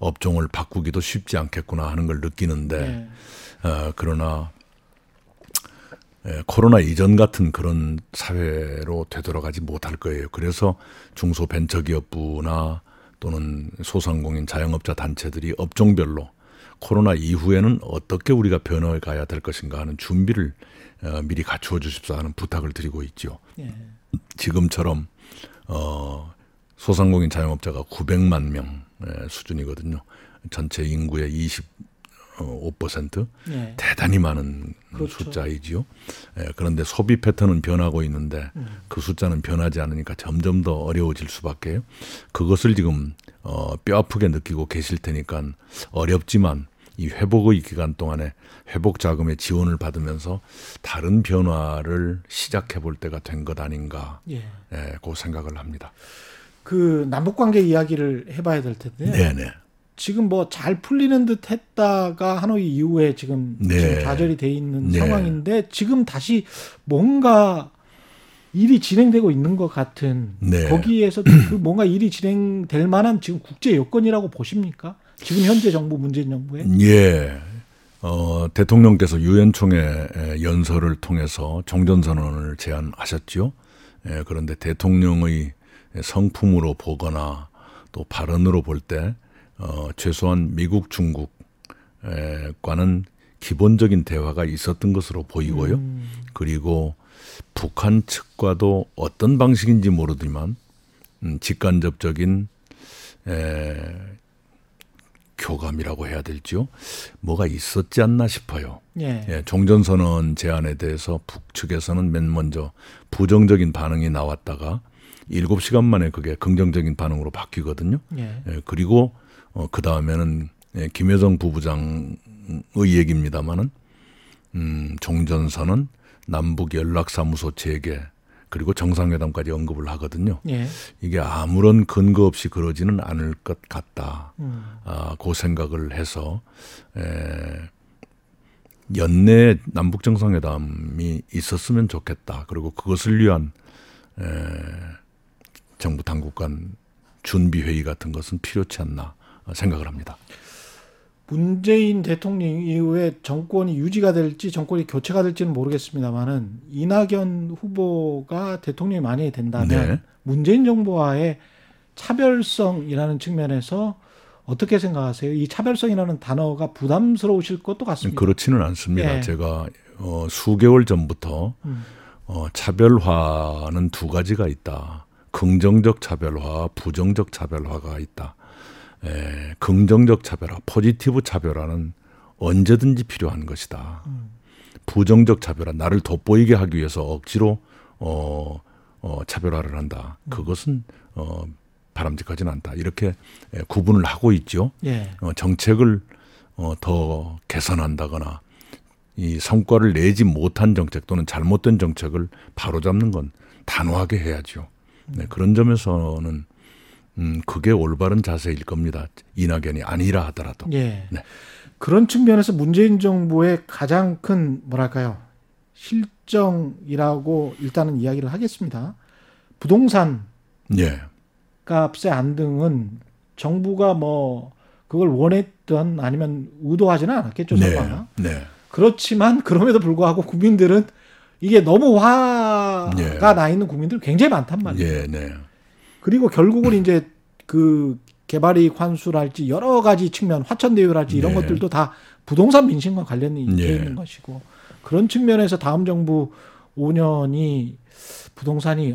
[SPEAKER 3] 업종을 바꾸기도 쉽지 않겠구나 하는 걸 느끼는데
[SPEAKER 2] 예.
[SPEAKER 3] 어, 그러나 에, 코로나 이전 같은 그런 사회로 되돌아가지 못할 거예요. 그래서 중소벤처기업부나 또는 소상공인 자영업자 단체들이 업종별로 코로나 이후에는 어떻게 우리가 변화가야 될 것인가 하는 준비를 어, 미리 갖추어 주십사 하는 부탁을 드리고 있죠.
[SPEAKER 2] 예.
[SPEAKER 3] 지금처럼 어, 소상공인 자영업자가 900만 명 예, 수준이거든요. 전체 인구의 25%
[SPEAKER 2] 예.
[SPEAKER 3] 대단히 많은
[SPEAKER 2] 그렇죠.
[SPEAKER 3] 숫자이지요. 예, 그런데 소비 패턴은 변하고 있는데
[SPEAKER 2] 음.
[SPEAKER 3] 그 숫자는 변하지 않으니까 점점 더 어려워질 수밖에요. 그것을 지금 어, 뼈 아프게 느끼고 계실 테니까 어렵지만 이 회복의 기간 동안에 회복 자금의 지원을 받으면서 다른 변화를 시작해 볼 때가 된 것 아닌가
[SPEAKER 2] 예.
[SPEAKER 3] 예, 그 생각을 합니다.
[SPEAKER 2] 그 남북 관계 이야기를 해봐야 될 텐데
[SPEAKER 3] 네, 네.
[SPEAKER 2] 지금 뭐 잘 풀리는 듯 했다가 하노이 이후에 지금,
[SPEAKER 3] 네.
[SPEAKER 2] 지금 좌절이 돼 있는
[SPEAKER 3] 네.
[SPEAKER 2] 상황인데 지금 다시 뭔가 일이 진행되고 있는 것 같은
[SPEAKER 3] 네.
[SPEAKER 2] 거기에서
[SPEAKER 3] (clears throat)
[SPEAKER 2] 그 뭔가 일이 진행될 만한 지금 국제 여건이라고 보십니까? 지금 현재 정부 문재인 정부에
[SPEAKER 3] 예. 어, 대통령께서 유엔 총회 연설을 통해서 종전 선언을 제안하셨죠. 예, 그런데 대통령의 성품으로 보거나 또 발언으로 볼 때 어, 최소한 미국, 중국 에, 과는 기본적인 대화가 있었던 것으로 보이고요. 그리고 북한 측과도 어떤 방식인지 모르지만 음, 직간접적인 에, 교감이라고 해야 될지요. 뭐가 있었지 않나 싶어요.
[SPEAKER 2] 예.
[SPEAKER 3] 예, 종전선언 제안에 대해서 북측에서는 맨 먼저 부정적인 반응이 나왔다가 7시간 만에 그게 긍정적인 반응으로 바뀌거든요.
[SPEAKER 2] 예.
[SPEAKER 3] 예, 그리고 어, 그 다음에는 예, 김여정 부부장의 얘기입니다마는 음, 종전선언, 남북 연락사무소 재개 그리고 정상회담까지 언급을 하거든요.
[SPEAKER 2] 예.
[SPEAKER 3] 이게 아무런 근거 없이 그러지는 않을 것 같다.
[SPEAKER 2] 음.
[SPEAKER 3] 아, 그 생각을 해서 에, 연내 남북 정상회담이 있었으면 좋겠다. 그리고 그것을 위한 에, 정부 당국 간 준비 회의 같은 것은 필요치 않나 생각을 합니다.
[SPEAKER 2] 문재인 대통령 이후에 정권이 유지가 될지 정권이 교체가 될지는 모르겠습니다만은 이낙연 후보가 대통령이 만약에 된다면
[SPEAKER 3] 네.
[SPEAKER 2] 문재인 정부와의 차별성이라는 측면에서 어떻게 생각하세요? 이 차별성이라는 단어가 부담스러우실 것도 같습니다.
[SPEAKER 3] 그렇지는 않습니다.
[SPEAKER 2] 예.
[SPEAKER 3] 제가 어, 수개월 전부터
[SPEAKER 2] 음.
[SPEAKER 3] 어, 차별화는 두 가지가 있다. 긍정적 차별화, 부정적 차별화가 있다. 에, 긍정적 차별화, 포지티브 차별화는 언제든지 필요한 것이다.
[SPEAKER 2] 음.
[SPEAKER 3] 부정적 차별화, 나를 돋보이게 하기 위해서 억지로 어, 어, 차별화를 한다.
[SPEAKER 2] 음.
[SPEAKER 3] 그것은 어, 바람직하지는 않다. 이렇게 에, 구분을 하고 있죠.
[SPEAKER 2] 예.
[SPEAKER 3] 어, 정책을 어, 더 개선한다거나 이 성과를 내지 못한 정책 또는 잘못된 정책을 바로잡는 건 단호하게 해야죠. 네, 그런 점에서는 음, 그게 올바른 자세일 겁니다. 이낙연이 아니라 하더라도.
[SPEAKER 2] 예.
[SPEAKER 3] 네.
[SPEAKER 2] 그런 측면에서 문재인 정부의 가장 큰 뭐랄까요 실정이라고 일단은 이야기를 하겠습니다. 부동산 네.
[SPEAKER 3] 예,
[SPEAKER 2] 값의 안등은 정부가 뭐 그걸 원했던 아니면 의도하지는 않았겠죠.
[SPEAKER 3] 네,
[SPEAKER 2] 설마.
[SPEAKER 3] 네,
[SPEAKER 2] 그렇지만 그럼에도 불구하고 국민들은 이게 너무 화가
[SPEAKER 3] 예.
[SPEAKER 2] 나 있는 국민들 굉장히 많단 말이에요.
[SPEAKER 3] 예, 네,
[SPEAKER 2] 그리고 결국은 이제 그 개발이익 환수랄지 여러 가지 측면 화천대유랄지 이런
[SPEAKER 3] 예.
[SPEAKER 2] 것들도 다 부동산 민심과 관련이 돼
[SPEAKER 3] 예.
[SPEAKER 2] 있는 것이고 그런 측면에서 다음 정부 5년이 부동산이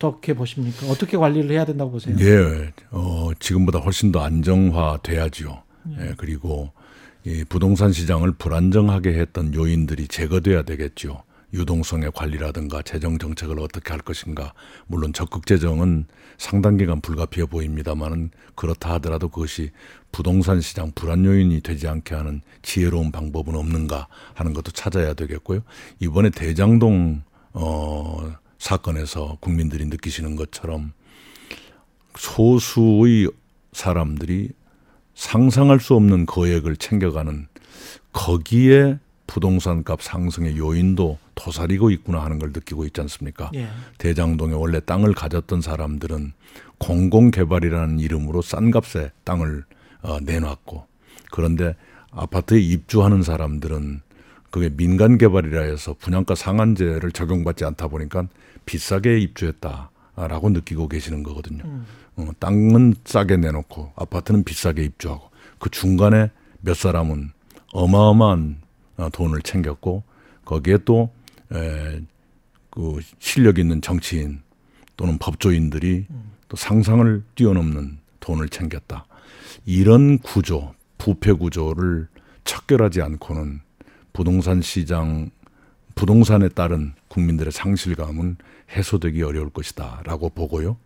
[SPEAKER 2] 어떻게 보십니까? 어떻게 관리를 해야 된다고 보세요?
[SPEAKER 3] 예. 어, 지금보다 훨씬 더 안정화돼야지요. 예, 그리고 이 부동산 시장을 불안정하게 했던 요인들이 제거돼야 되겠죠. 유동성의 관리라든가 재정 정책을 어떻게 할 것인가 물론 적극 재정은 상당 기간 불가피해 보입니다만은 그렇다 하더라도 그것이 부동산 시장 불안 요인이 되지 않게 하는 지혜로운 방법은 없는가 하는 것도 찾아야 되겠고요 이번에 대장동 어 사건에서 국민들이 느끼시는 것처럼 소수의 사람들이 상상할 수 없는 거액을 챙겨가는 거기에 부동산 값 상승의 요인도 도사리고 있구나 하는 걸 느끼고 있지 않습니까?
[SPEAKER 2] 예.
[SPEAKER 3] 대장동에 원래 땅을 가졌던 사람들은 공공개발이라는 이름으로 싼 값에 땅을 어, 내놨고 그런데 아파트에 입주하는 사람들은 그게 민간 개발이라 해서 분양가 상한제를 적용받지 않다 보니까 비싸게 입주했다라고 느끼고 계시는 거거든요. 어, 땅은 싸게 내놓고 아파트는 비싸게 입주하고 그 중간에 몇 사람은 어마어마한 어, 돈을 챙겼고 거기에 또 에, 그 실력 있는 정치인 또는 법조인들이 또 상상을 뛰어넘는 돈을 챙겼다. 이런 구조, 부패 구조를 척결하지 않고는 부동산 시장, 부동산에 따른 국민들의 상실감은 해소되기 어려울 것이다라고 보고요.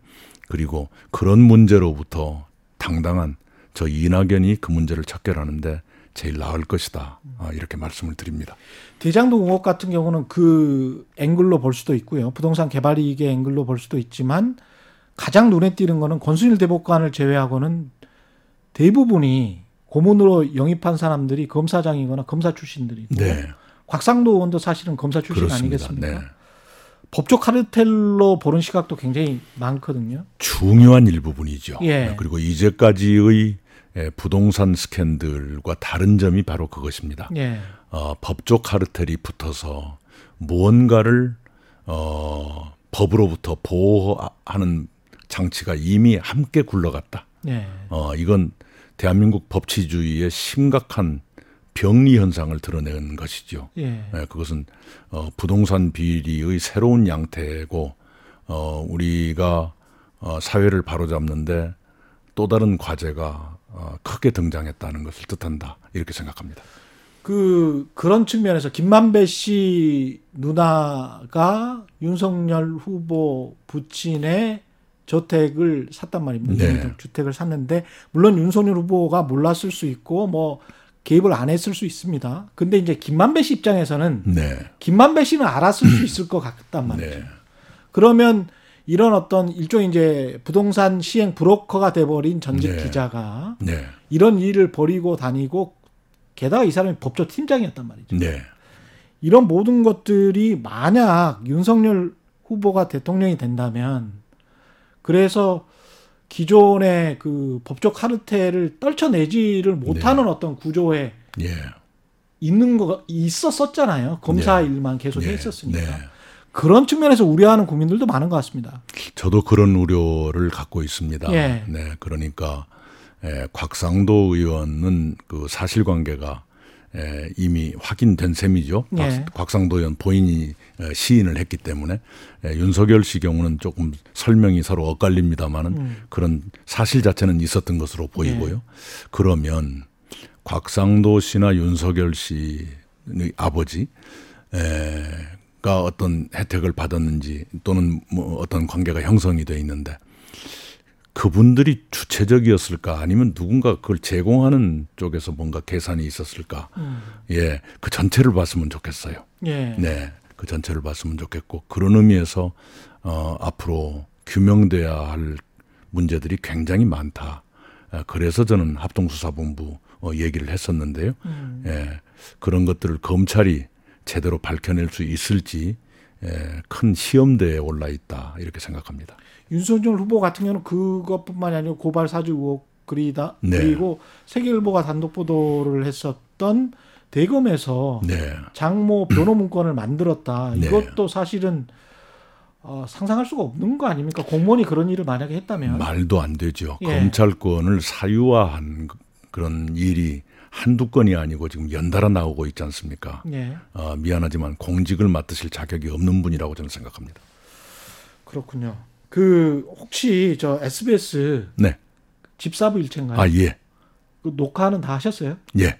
[SPEAKER 3] 그리고 그런 문제로부터 당당한 저 이낙연이 그 문제를 척결하는데 제일 나을 것이다. 아, 이렇게 말씀을 드립니다.
[SPEAKER 2] 대장동 의혹 같은 경우는 그 앵글로 볼 수도 있고요. 부동산 개발 이익의 앵글로 볼 수도 있지만 가장 눈에 띄는 거는 권순일 대법관을 제외하고는 대부분이 고문으로 영입한 사람들이 검사장이거나 검사 출신들이고
[SPEAKER 3] 네,
[SPEAKER 2] 곽상도 의원도 사실은 검사 출신
[SPEAKER 3] 그렇습니다.
[SPEAKER 2] 아니겠습니까?
[SPEAKER 3] 네.
[SPEAKER 2] 법조 카르텔로 보는 시각도 굉장히 많거든요.
[SPEAKER 3] 중요한 일부분이죠.
[SPEAKER 2] 예.
[SPEAKER 3] 그리고 이제까지의 예, 부동산 스캔들과 다른 점이 바로 그것입니다.
[SPEAKER 2] 예.
[SPEAKER 3] 어, 법조 카르텔이 붙어서 무언가를 어, 법으로부터 보호하는 장치가 이미 함께 굴러갔다.
[SPEAKER 2] 예.
[SPEAKER 3] 어, 이건 대한민국 법치주의의 심각한 병리 현상을 드러낸 것이죠.
[SPEAKER 2] 예.
[SPEAKER 3] 예, 그것은 어, 부동산 비리의 새로운 양태고 어, 우리가 어, 사회를 바로잡는데 또 다른 과제가 어, 크게 등장했다는 것을 뜻한다 이렇게 생각합니다.
[SPEAKER 2] 그 그런 측면에서 김만배 씨 누나가 윤석열 후보 부친의 저택을 샀단 말입니다.
[SPEAKER 3] 네.
[SPEAKER 2] 유기동 주택을 샀는데 물론 윤석열 후보가 몰랐을 수 있고 뭐 개입을 안 했을 수 있습니다. 근데 이제 김만배 씨 입장에서는
[SPEAKER 3] 네,
[SPEAKER 2] 김만배 씨는 알았을 수 있을 것 같단 말이죠.
[SPEAKER 3] 네,
[SPEAKER 2] 그러면 이런 어떤 일종의 이제 부동산 시행 브로커가 돼버린 전직
[SPEAKER 3] 네.
[SPEAKER 2] 기자가
[SPEAKER 3] 네,
[SPEAKER 2] 이런 일을 벌이고 다니고 게다가 이 사람이 법조 팀장이었단 말이죠.
[SPEAKER 3] 네,
[SPEAKER 2] 이런 모든 것들이 만약 윤석열 후보가 대통령이 된다면 그래서 기존의 그 법조 카르텔을 떨쳐내지를
[SPEAKER 3] 네.
[SPEAKER 2] 못하는 어떤 구조에
[SPEAKER 3] 예,
[SPEAKER 2] 있는 거 있었었잖아요. 검사
[SPEAKER 3] 네.
[SPEAKER 2] 일만 계속
[SPEAKER 3] 예,
[SPEAKER 2] 해 있었으니까.
[SPEAKER 3] 네.
[SPEAKER 2] 그런 측면에서 우려하는 국민들도 많은 것 같습니다.
[SPEAKER 3] 저도 그런 우려를 갖고 있습니다.
[SPEAKER 2] 예.
[SPEAKER 3] 네, 그러니까 에, 곽상도 의원은 그 사실관계가 에, 이미 확인된 셈이죠. 곽-
[SPEAKER 2] 예.
[SPEAKER 3] 곽상도 의원 본인이 에, 시인을 했기 때문에 에, 윤석열 씨 경우는 조금 설명이 서로 엇갈립니다만은 그런 사실 자체는 있었던 것으로 보이고요. 그러면 곽상도 씨나 윤석열 씨의 아버지 에가 어떤 혜택을 받았는지 또는 뭐 어떤 관계가 형성이 돼 있는데 그분들이 주체적이었을까 아니면 누군가 그걸 제공하는 쪽에서 뭔가 계산이 있었을까 예 그 전체를 봤으면 좋겠어요
[SPEAKER 2] 예.
[SPEAKER 3] 네그 전체를 봤으면 좋겠고 그런 의미에서 어 앞으로 규명돼야 할 문제들이 굉장히 많다 아, 그래서 저는 합동수사본부 어, 얘기를 했었는데요 예, 그런 것들을 검찰이 제대로 밝혀낼 수 있을지 예, 큰 시험대에 올라 있다 이렇게 생각합니다.
[SPEAKER 2] 윤석열 후보 같은 경우는 그것뿐만이 아니고 고발 사주 의혹 그리다
[SPEAKER 3] 네.
[SPEAKER 2] 그리고 세계일보가 단독 보도를 했었던 대검에서
[SPEAKER 3] 네,
[SPEAKER 2] 장모 변호 문건을 만들었다.
[SPEAKER 3] 네.
[SPEAKER 2] 이것도 사실은 어, 상상할 수가 없는 거 아닙니까? 공무원이 그런 일을 만약에 했다면
[SPEAKER 3] 말도 안 되죠.
[SPEAKER 2] 예.
[SPEAKER 3] 검찰권을 사유화한 그- 그런 일이 한두 건이 아니고 지금 연달아 나오고 있지 않습니까?
[SPEAKER 2] 예
[SPEAKER 3] 아, 미안하지만 공직을 맡으실 자격이 없는 분이라고 저는 생각합니다.
[SPEAKER 2] 그렇군요. 그 혹시 저 SBS
[SPEAKER 3] 네,
[SPEAKER 2] 집사부 일체인가요?
[SPEAKER 3] 아 예,
[SPEAKER 2] 그 녹화는 다 하셨어요?
[SPEAKER 3] 예,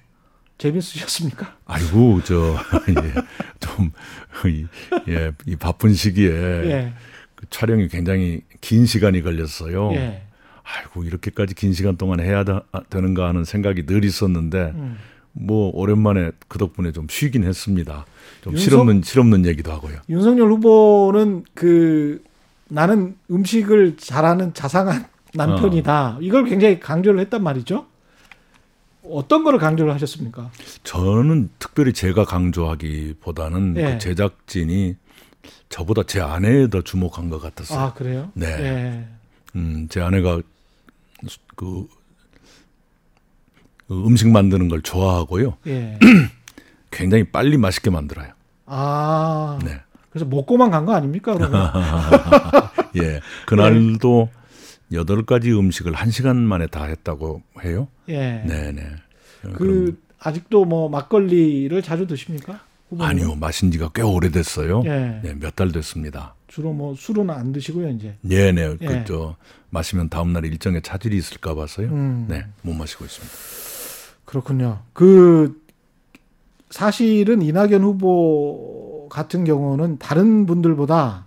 [SPEAKER 2] 재밌으셨습니까?
[SPEAKER 3] 아이고 (laughs) 예. 저좀이 예, 이 바쁜 시기에
[SPEAKER 2] 예.
[SPEAKER 3] 그 촬영이 굉장히 긴 시간이 걸렸어요.
[SPEAKER 2] 예.
[SPEAKER 3] 아이고 이렇게까지 긴 시간 동안 해야 다- 아, 되는가 하는 생각이 늘 있었는데
[SPEAKER 2] 음.
[SPEAKER 3] 뭐 오랜만에 그 덕분에 좀 쉬긴 했습니다. 좀
[SPEAKER 2] 윤석-
[SPEAKER 3] 실없는 실없는 얘기도 하고요.
[SPEAKER 2] 윤석열 후보는 그 나는 음식을 잘하는 자상한
[SPEAKER 3] 어.
[SPEAKER 2] 남편이다. 이걸 굉장히 강조를 했단 말이죠. 어떤 거를 강조를 하셨습니까?
[SPEAKER 3] 저는 특별히 제가 강조하기보다는
[SPEAKER 2] 예.
[SPEAKER 3] 그 제작진이 저보다 제 아내에 더 주목한 것 같았어요.
[SPEAKER 2] 아 그래요?
[SPEAKER 3] 네.
[SPEAKER 2] 예.
[SPEAKER 3] 음, 제 아내가 수- 그, 그 음식 만드는 걸 좋아하고요.
[SPEAKER 2] 예.
[SPEAKER 3] 굉장히 빨리 맛있게 만들어요.
[SPEAKER 2] 아
[SPEAKER 3] 네.
[SPEAKER 2] 그래서 먹고만 간 거 아닙니까? 그러면 네.
[SPEAKER 3] 예. 그날도 여덟 가지 음식을 한 시간 만에 다 했다고 해요.
[SPEAKER 2] 예.
[SPEAKER 3] (laughs) 네네. 어,
[SPEAKER 2] 그
[SPEAKER 3] 그럼-
[SPEAKER 2] 아직도 뭐 막걸리를 자주 드십니까? 후보님?
[SPEAKER 3] 아니요, 마신 지가 꽤 오래됐어요.
[SPEAKER 2] 예.
[SPEAKER 3] 네, 몇 달 됐습니다.
[SPEAKER 2] 주로 뭐 술은 안 드시고요 이제.
[SPEAKER 3] 네네.
[SPEAKER 2] 예.
[SPEAKER 3] 그저 마시면 다음날 일정에 차질이 있을까 봐서요.
[SPEAKER 2] 음.
[SPEAKER 3] 네, 못 마시고 있습니다.
[SPEAKER 2] 그렇군요. 그 사실은 이낙연 후보 같은 경우는 다른 분들보다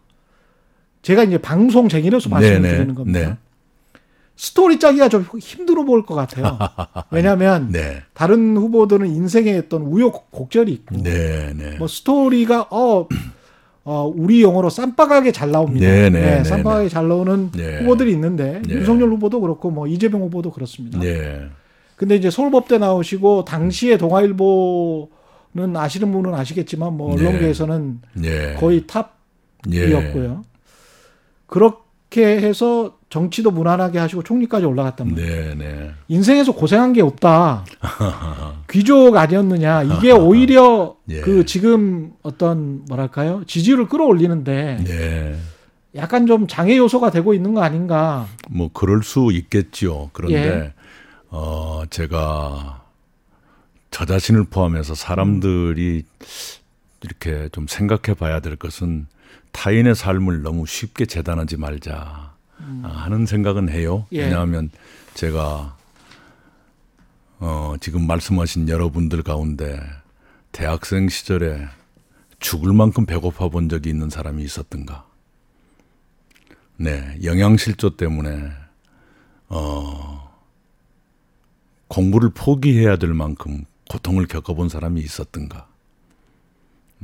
[SPEAKER 2] 제가 이제 방송 쟁의로서 말씀을
[SPEAKER 3] 네네.
[SPEAKER 2] 드리는 겁니다. 스토리 짜기가 좀 힘들어 보일 것
[SPEAKER 3] (laughs)
[SPEAKER 2] 같아요. 왜냐하면
[SPEAKER 3] 네,
[SPEAKER 2] 다른 후보들은 인생의 어떤 우여곡절이 있고
[SPEAKER 3] 네, 네.
[SPEAKER 2] 뭐 스토리가 어, (clears throat) 어 우리 영어로 쌈박하게 잘 나옵니다.
[SPEAKER 3] 네네, 네네.
[SPEAKER 2] 쌈박하게 잘 나오는
[SPEAKER 3] 네.
[SPEAKER 2] 후보들이 있는데
[SPEAKER 3] 네.
[SPEAKER 2] 윤석열 후보도 그렇고 뭐 이재명 후보도 그렇습니다.
[SPEAKER 3] 네.
[SPEAKER 2] 근데 이제 서울법대 나오시고 당시에 동아일보는 아시는 분은 아시겠지만 뭐
[SPEAKER 3] 네.
[SPEAKER 2] 언론계에서는
[SPEAKER 3] 예.
[SPEAKER 2] 거의 탑이었고요.
[SPEAKER 3] 예.
[SPEAKER 2] 그렇게 해서 정치도 무난하게 하시고 총리까지 올라갔단 말이에요.
[SPEAKER 3] 네, 네.
[SPEAKER 2] 인생에서 고생한 게 없다.
[SPEAKER 3] (laughs)
[SPEAKER 2] 귀족 아니었느냐. 이게 오히려
[SPEAKER 3] (laughs) 예.
[SPEAKER 2] 그 지금 어떤 뭐랄까요? 지지율을 끌어올리는데
[SPEAKER 3] 네.
[SPEAKER 2] 약간 좀 장애 요소가 되고 있는 거 아닌가.
[SPEAKER 3] 뭐 그럴 수 있겠죠. 그런데
[SPEAKER 2] 예.
[SPEAKER 3] 어 제가 저 자신을 포함해서 사람들이 이렇게 좀 생각해 봐야 될 것은 타인의 삶을 너무 쉽게 재단하지 말자 아, 하는 생각은 해요.
[SPEAKER 2] 예.
[SPEAKER 3] 왜냐하면 제가 어 지금 말씀하신 여러분들 가운데 대학생 시절에 죽을 만큼 배고파 본 적이 있는 사람이 있었던가? 네, 영양실조 때문에 어 공부를 포기해야 될 만큼 고통을 겪어본 사람이 있었던가?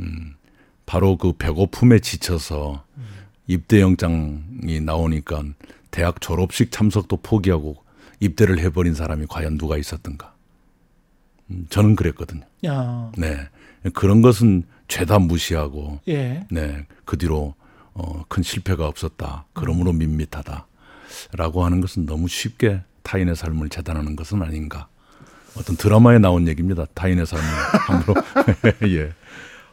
[SPEAKER 3] 음, 바로 그 배고픔에 지쳐서 입대 영장이 나오니까 대학 졸업식 참석도 포기하고 입대를 해버린 사람이 과연 누가 있었던가? 음, 저는 그랬거든요.
[SPEAKER 2] 야.
[SPEAKER 3] 네. 그런 것은 죄다 무시하고,
[SPEAKER 2] 예.
[SPEAKER 3] 네. 그 뒤로, 어, 큰 실패가 없었다. 그러므로 밋밋하다. 라고 하는 것은 너무 쉽게 타인의 삶을 재단하는 것은 아닌가. 어떤 드라마에 나온 얘기입니다. 타인의 삶을 (laughs) 함부로. 예.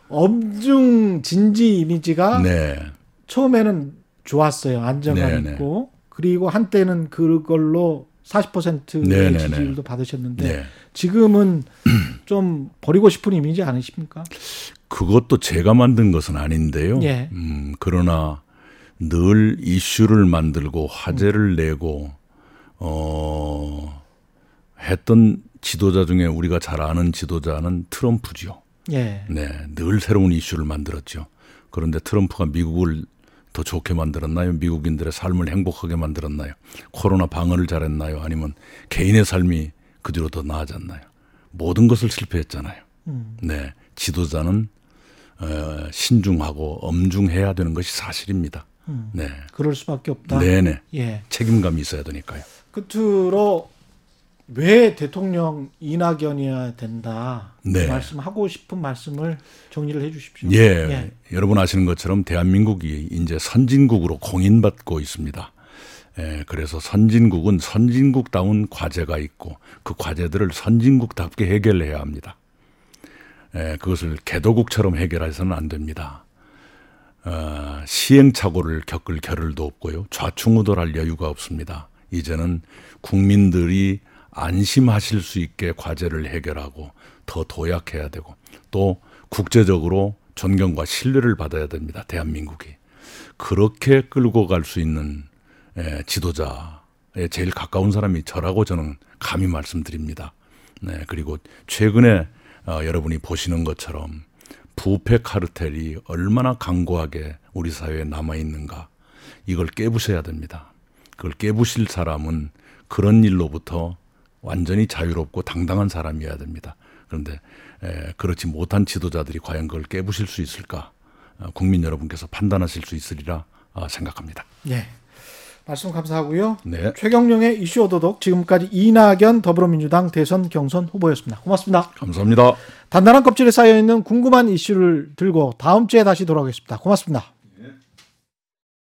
[SPEAKER 2] 엄중 진지 이미지가
[SPEAKER 3] 네.
[SPEAKER 2] 처음에는 좋았어요. 안정감
[SPEAKER 3] 네네.
[SPEAKER 2] 있고. 그리고 한때는 그걸로 40%의
[SPEAKER 3] 네네네.
[SPEAKER 2] 지지율도 받으셨는데
[SPEAKER 3] 네. (clears throat)
[SPEAKER 2] 지금은 좀 버리고 싶은 이미지 아니십니까?
[SPEAKER 3] 그것도 제가 만든 것은 아닌데요.
[SPEAKER 2] 예.
[SPEAKER 3] 음, 그러나 늘 이슈를 만들고 화제를 내고 어 했던 지도자 중에 우리가 잘 아는 지도자는 트럼프죠.
[SPEAKER 2] 예.
[SPEAKER 3] 네, 늘 새로운 이슈를 만들었죠. 그런데 트럼프가 미국을 더 좋게 만들었나요? 미국인들의 삶을 행복하게 만들었나요? 코로나 방어를 잘했나요? 아니면 개인의 삶이 그 뒤로 더 나아졌나요? 모든 것을 실패했잖아요.
[SPEAKER 2] 음.
[SPEAKER 3] 네, 지도자는 어, 신중하고 엄중해야 되는 것이 사실입니다.
[SPEAKER 2] 음.
[SPEAKER 3] 네,
[SPEAKER 2] 그럴 수밖에 없다.
[SPEAKER 3] 네네
[SPEAKER 2] 예.
[SPEAKER 3] 책임감이 있어야 되니까요.
[SPEAKER 2] 끝으로 왜 대통령 이낙연이어야 된다.
[SPEAKER 3] 네.
[SPEAKER 2] 그 말씀하고 싶은 말씀을 정리를 해 주십시오.
[SPEAKER 3] 예, 여러분 아시는 것처럼 대한민국이 이제 선진국으로 공인받고 있습니다. 예, 그래서 선진국은 선진국다운 과제가 있고 그 과제들을 선진국답게 해결해야 합니다. 예, 그것을 개도국처럼 해결해서는 안 됩니다. 어, 시행착오를 겪을 겨를도 없고요. 좌충우돌할 여유가 없습니다. 이제는 국민들이 안심하실 수 있게 과제를 해결하고 더 도약해야 되고 또 국제적으로 존경과 신뢰를 받아야 됩니다. 대한민국이. 그렇게 끌고 갈 수 있는 예, 지도자에 제일 가까운 사람이 저라고 저는 감히 말씀드립니다. 네, 그리고 최근에 어, 여러분이 보시는 것처럼 부패 카르텔이 얼마나 강고하게 우리 사회에 남아 있는가 이걸 깨부셔야 됩니다. 그걸 깨부실 사람은 그런 일로부터 완전히 자유롭고 당당한 사람이어야 됩니다. 그런데 에, 그렇지 못한 지도자들이 과연 그걸 깨부실 수 있을까? 어, 국민 여러분께서 판단하실 수 있으리라 어, 생각합니다.
[SPEAKER 2] 예. 말씀 감사하고요.
[SPEAKER 3] 네,
[SPEAKER 2] 최경령의 이슈 오도독 지금까지 이낙연 더불어민주당 대선 경선 후보였습니다. 고맙습니다.
[SPEAKER 3] 감사합니다.
[SPEAKER 2] 단단한 껍질에 쌓여 있는 궁금한 이슈를 들고 다음 주에 다시 돌아오겠습니다. 고맙습니다.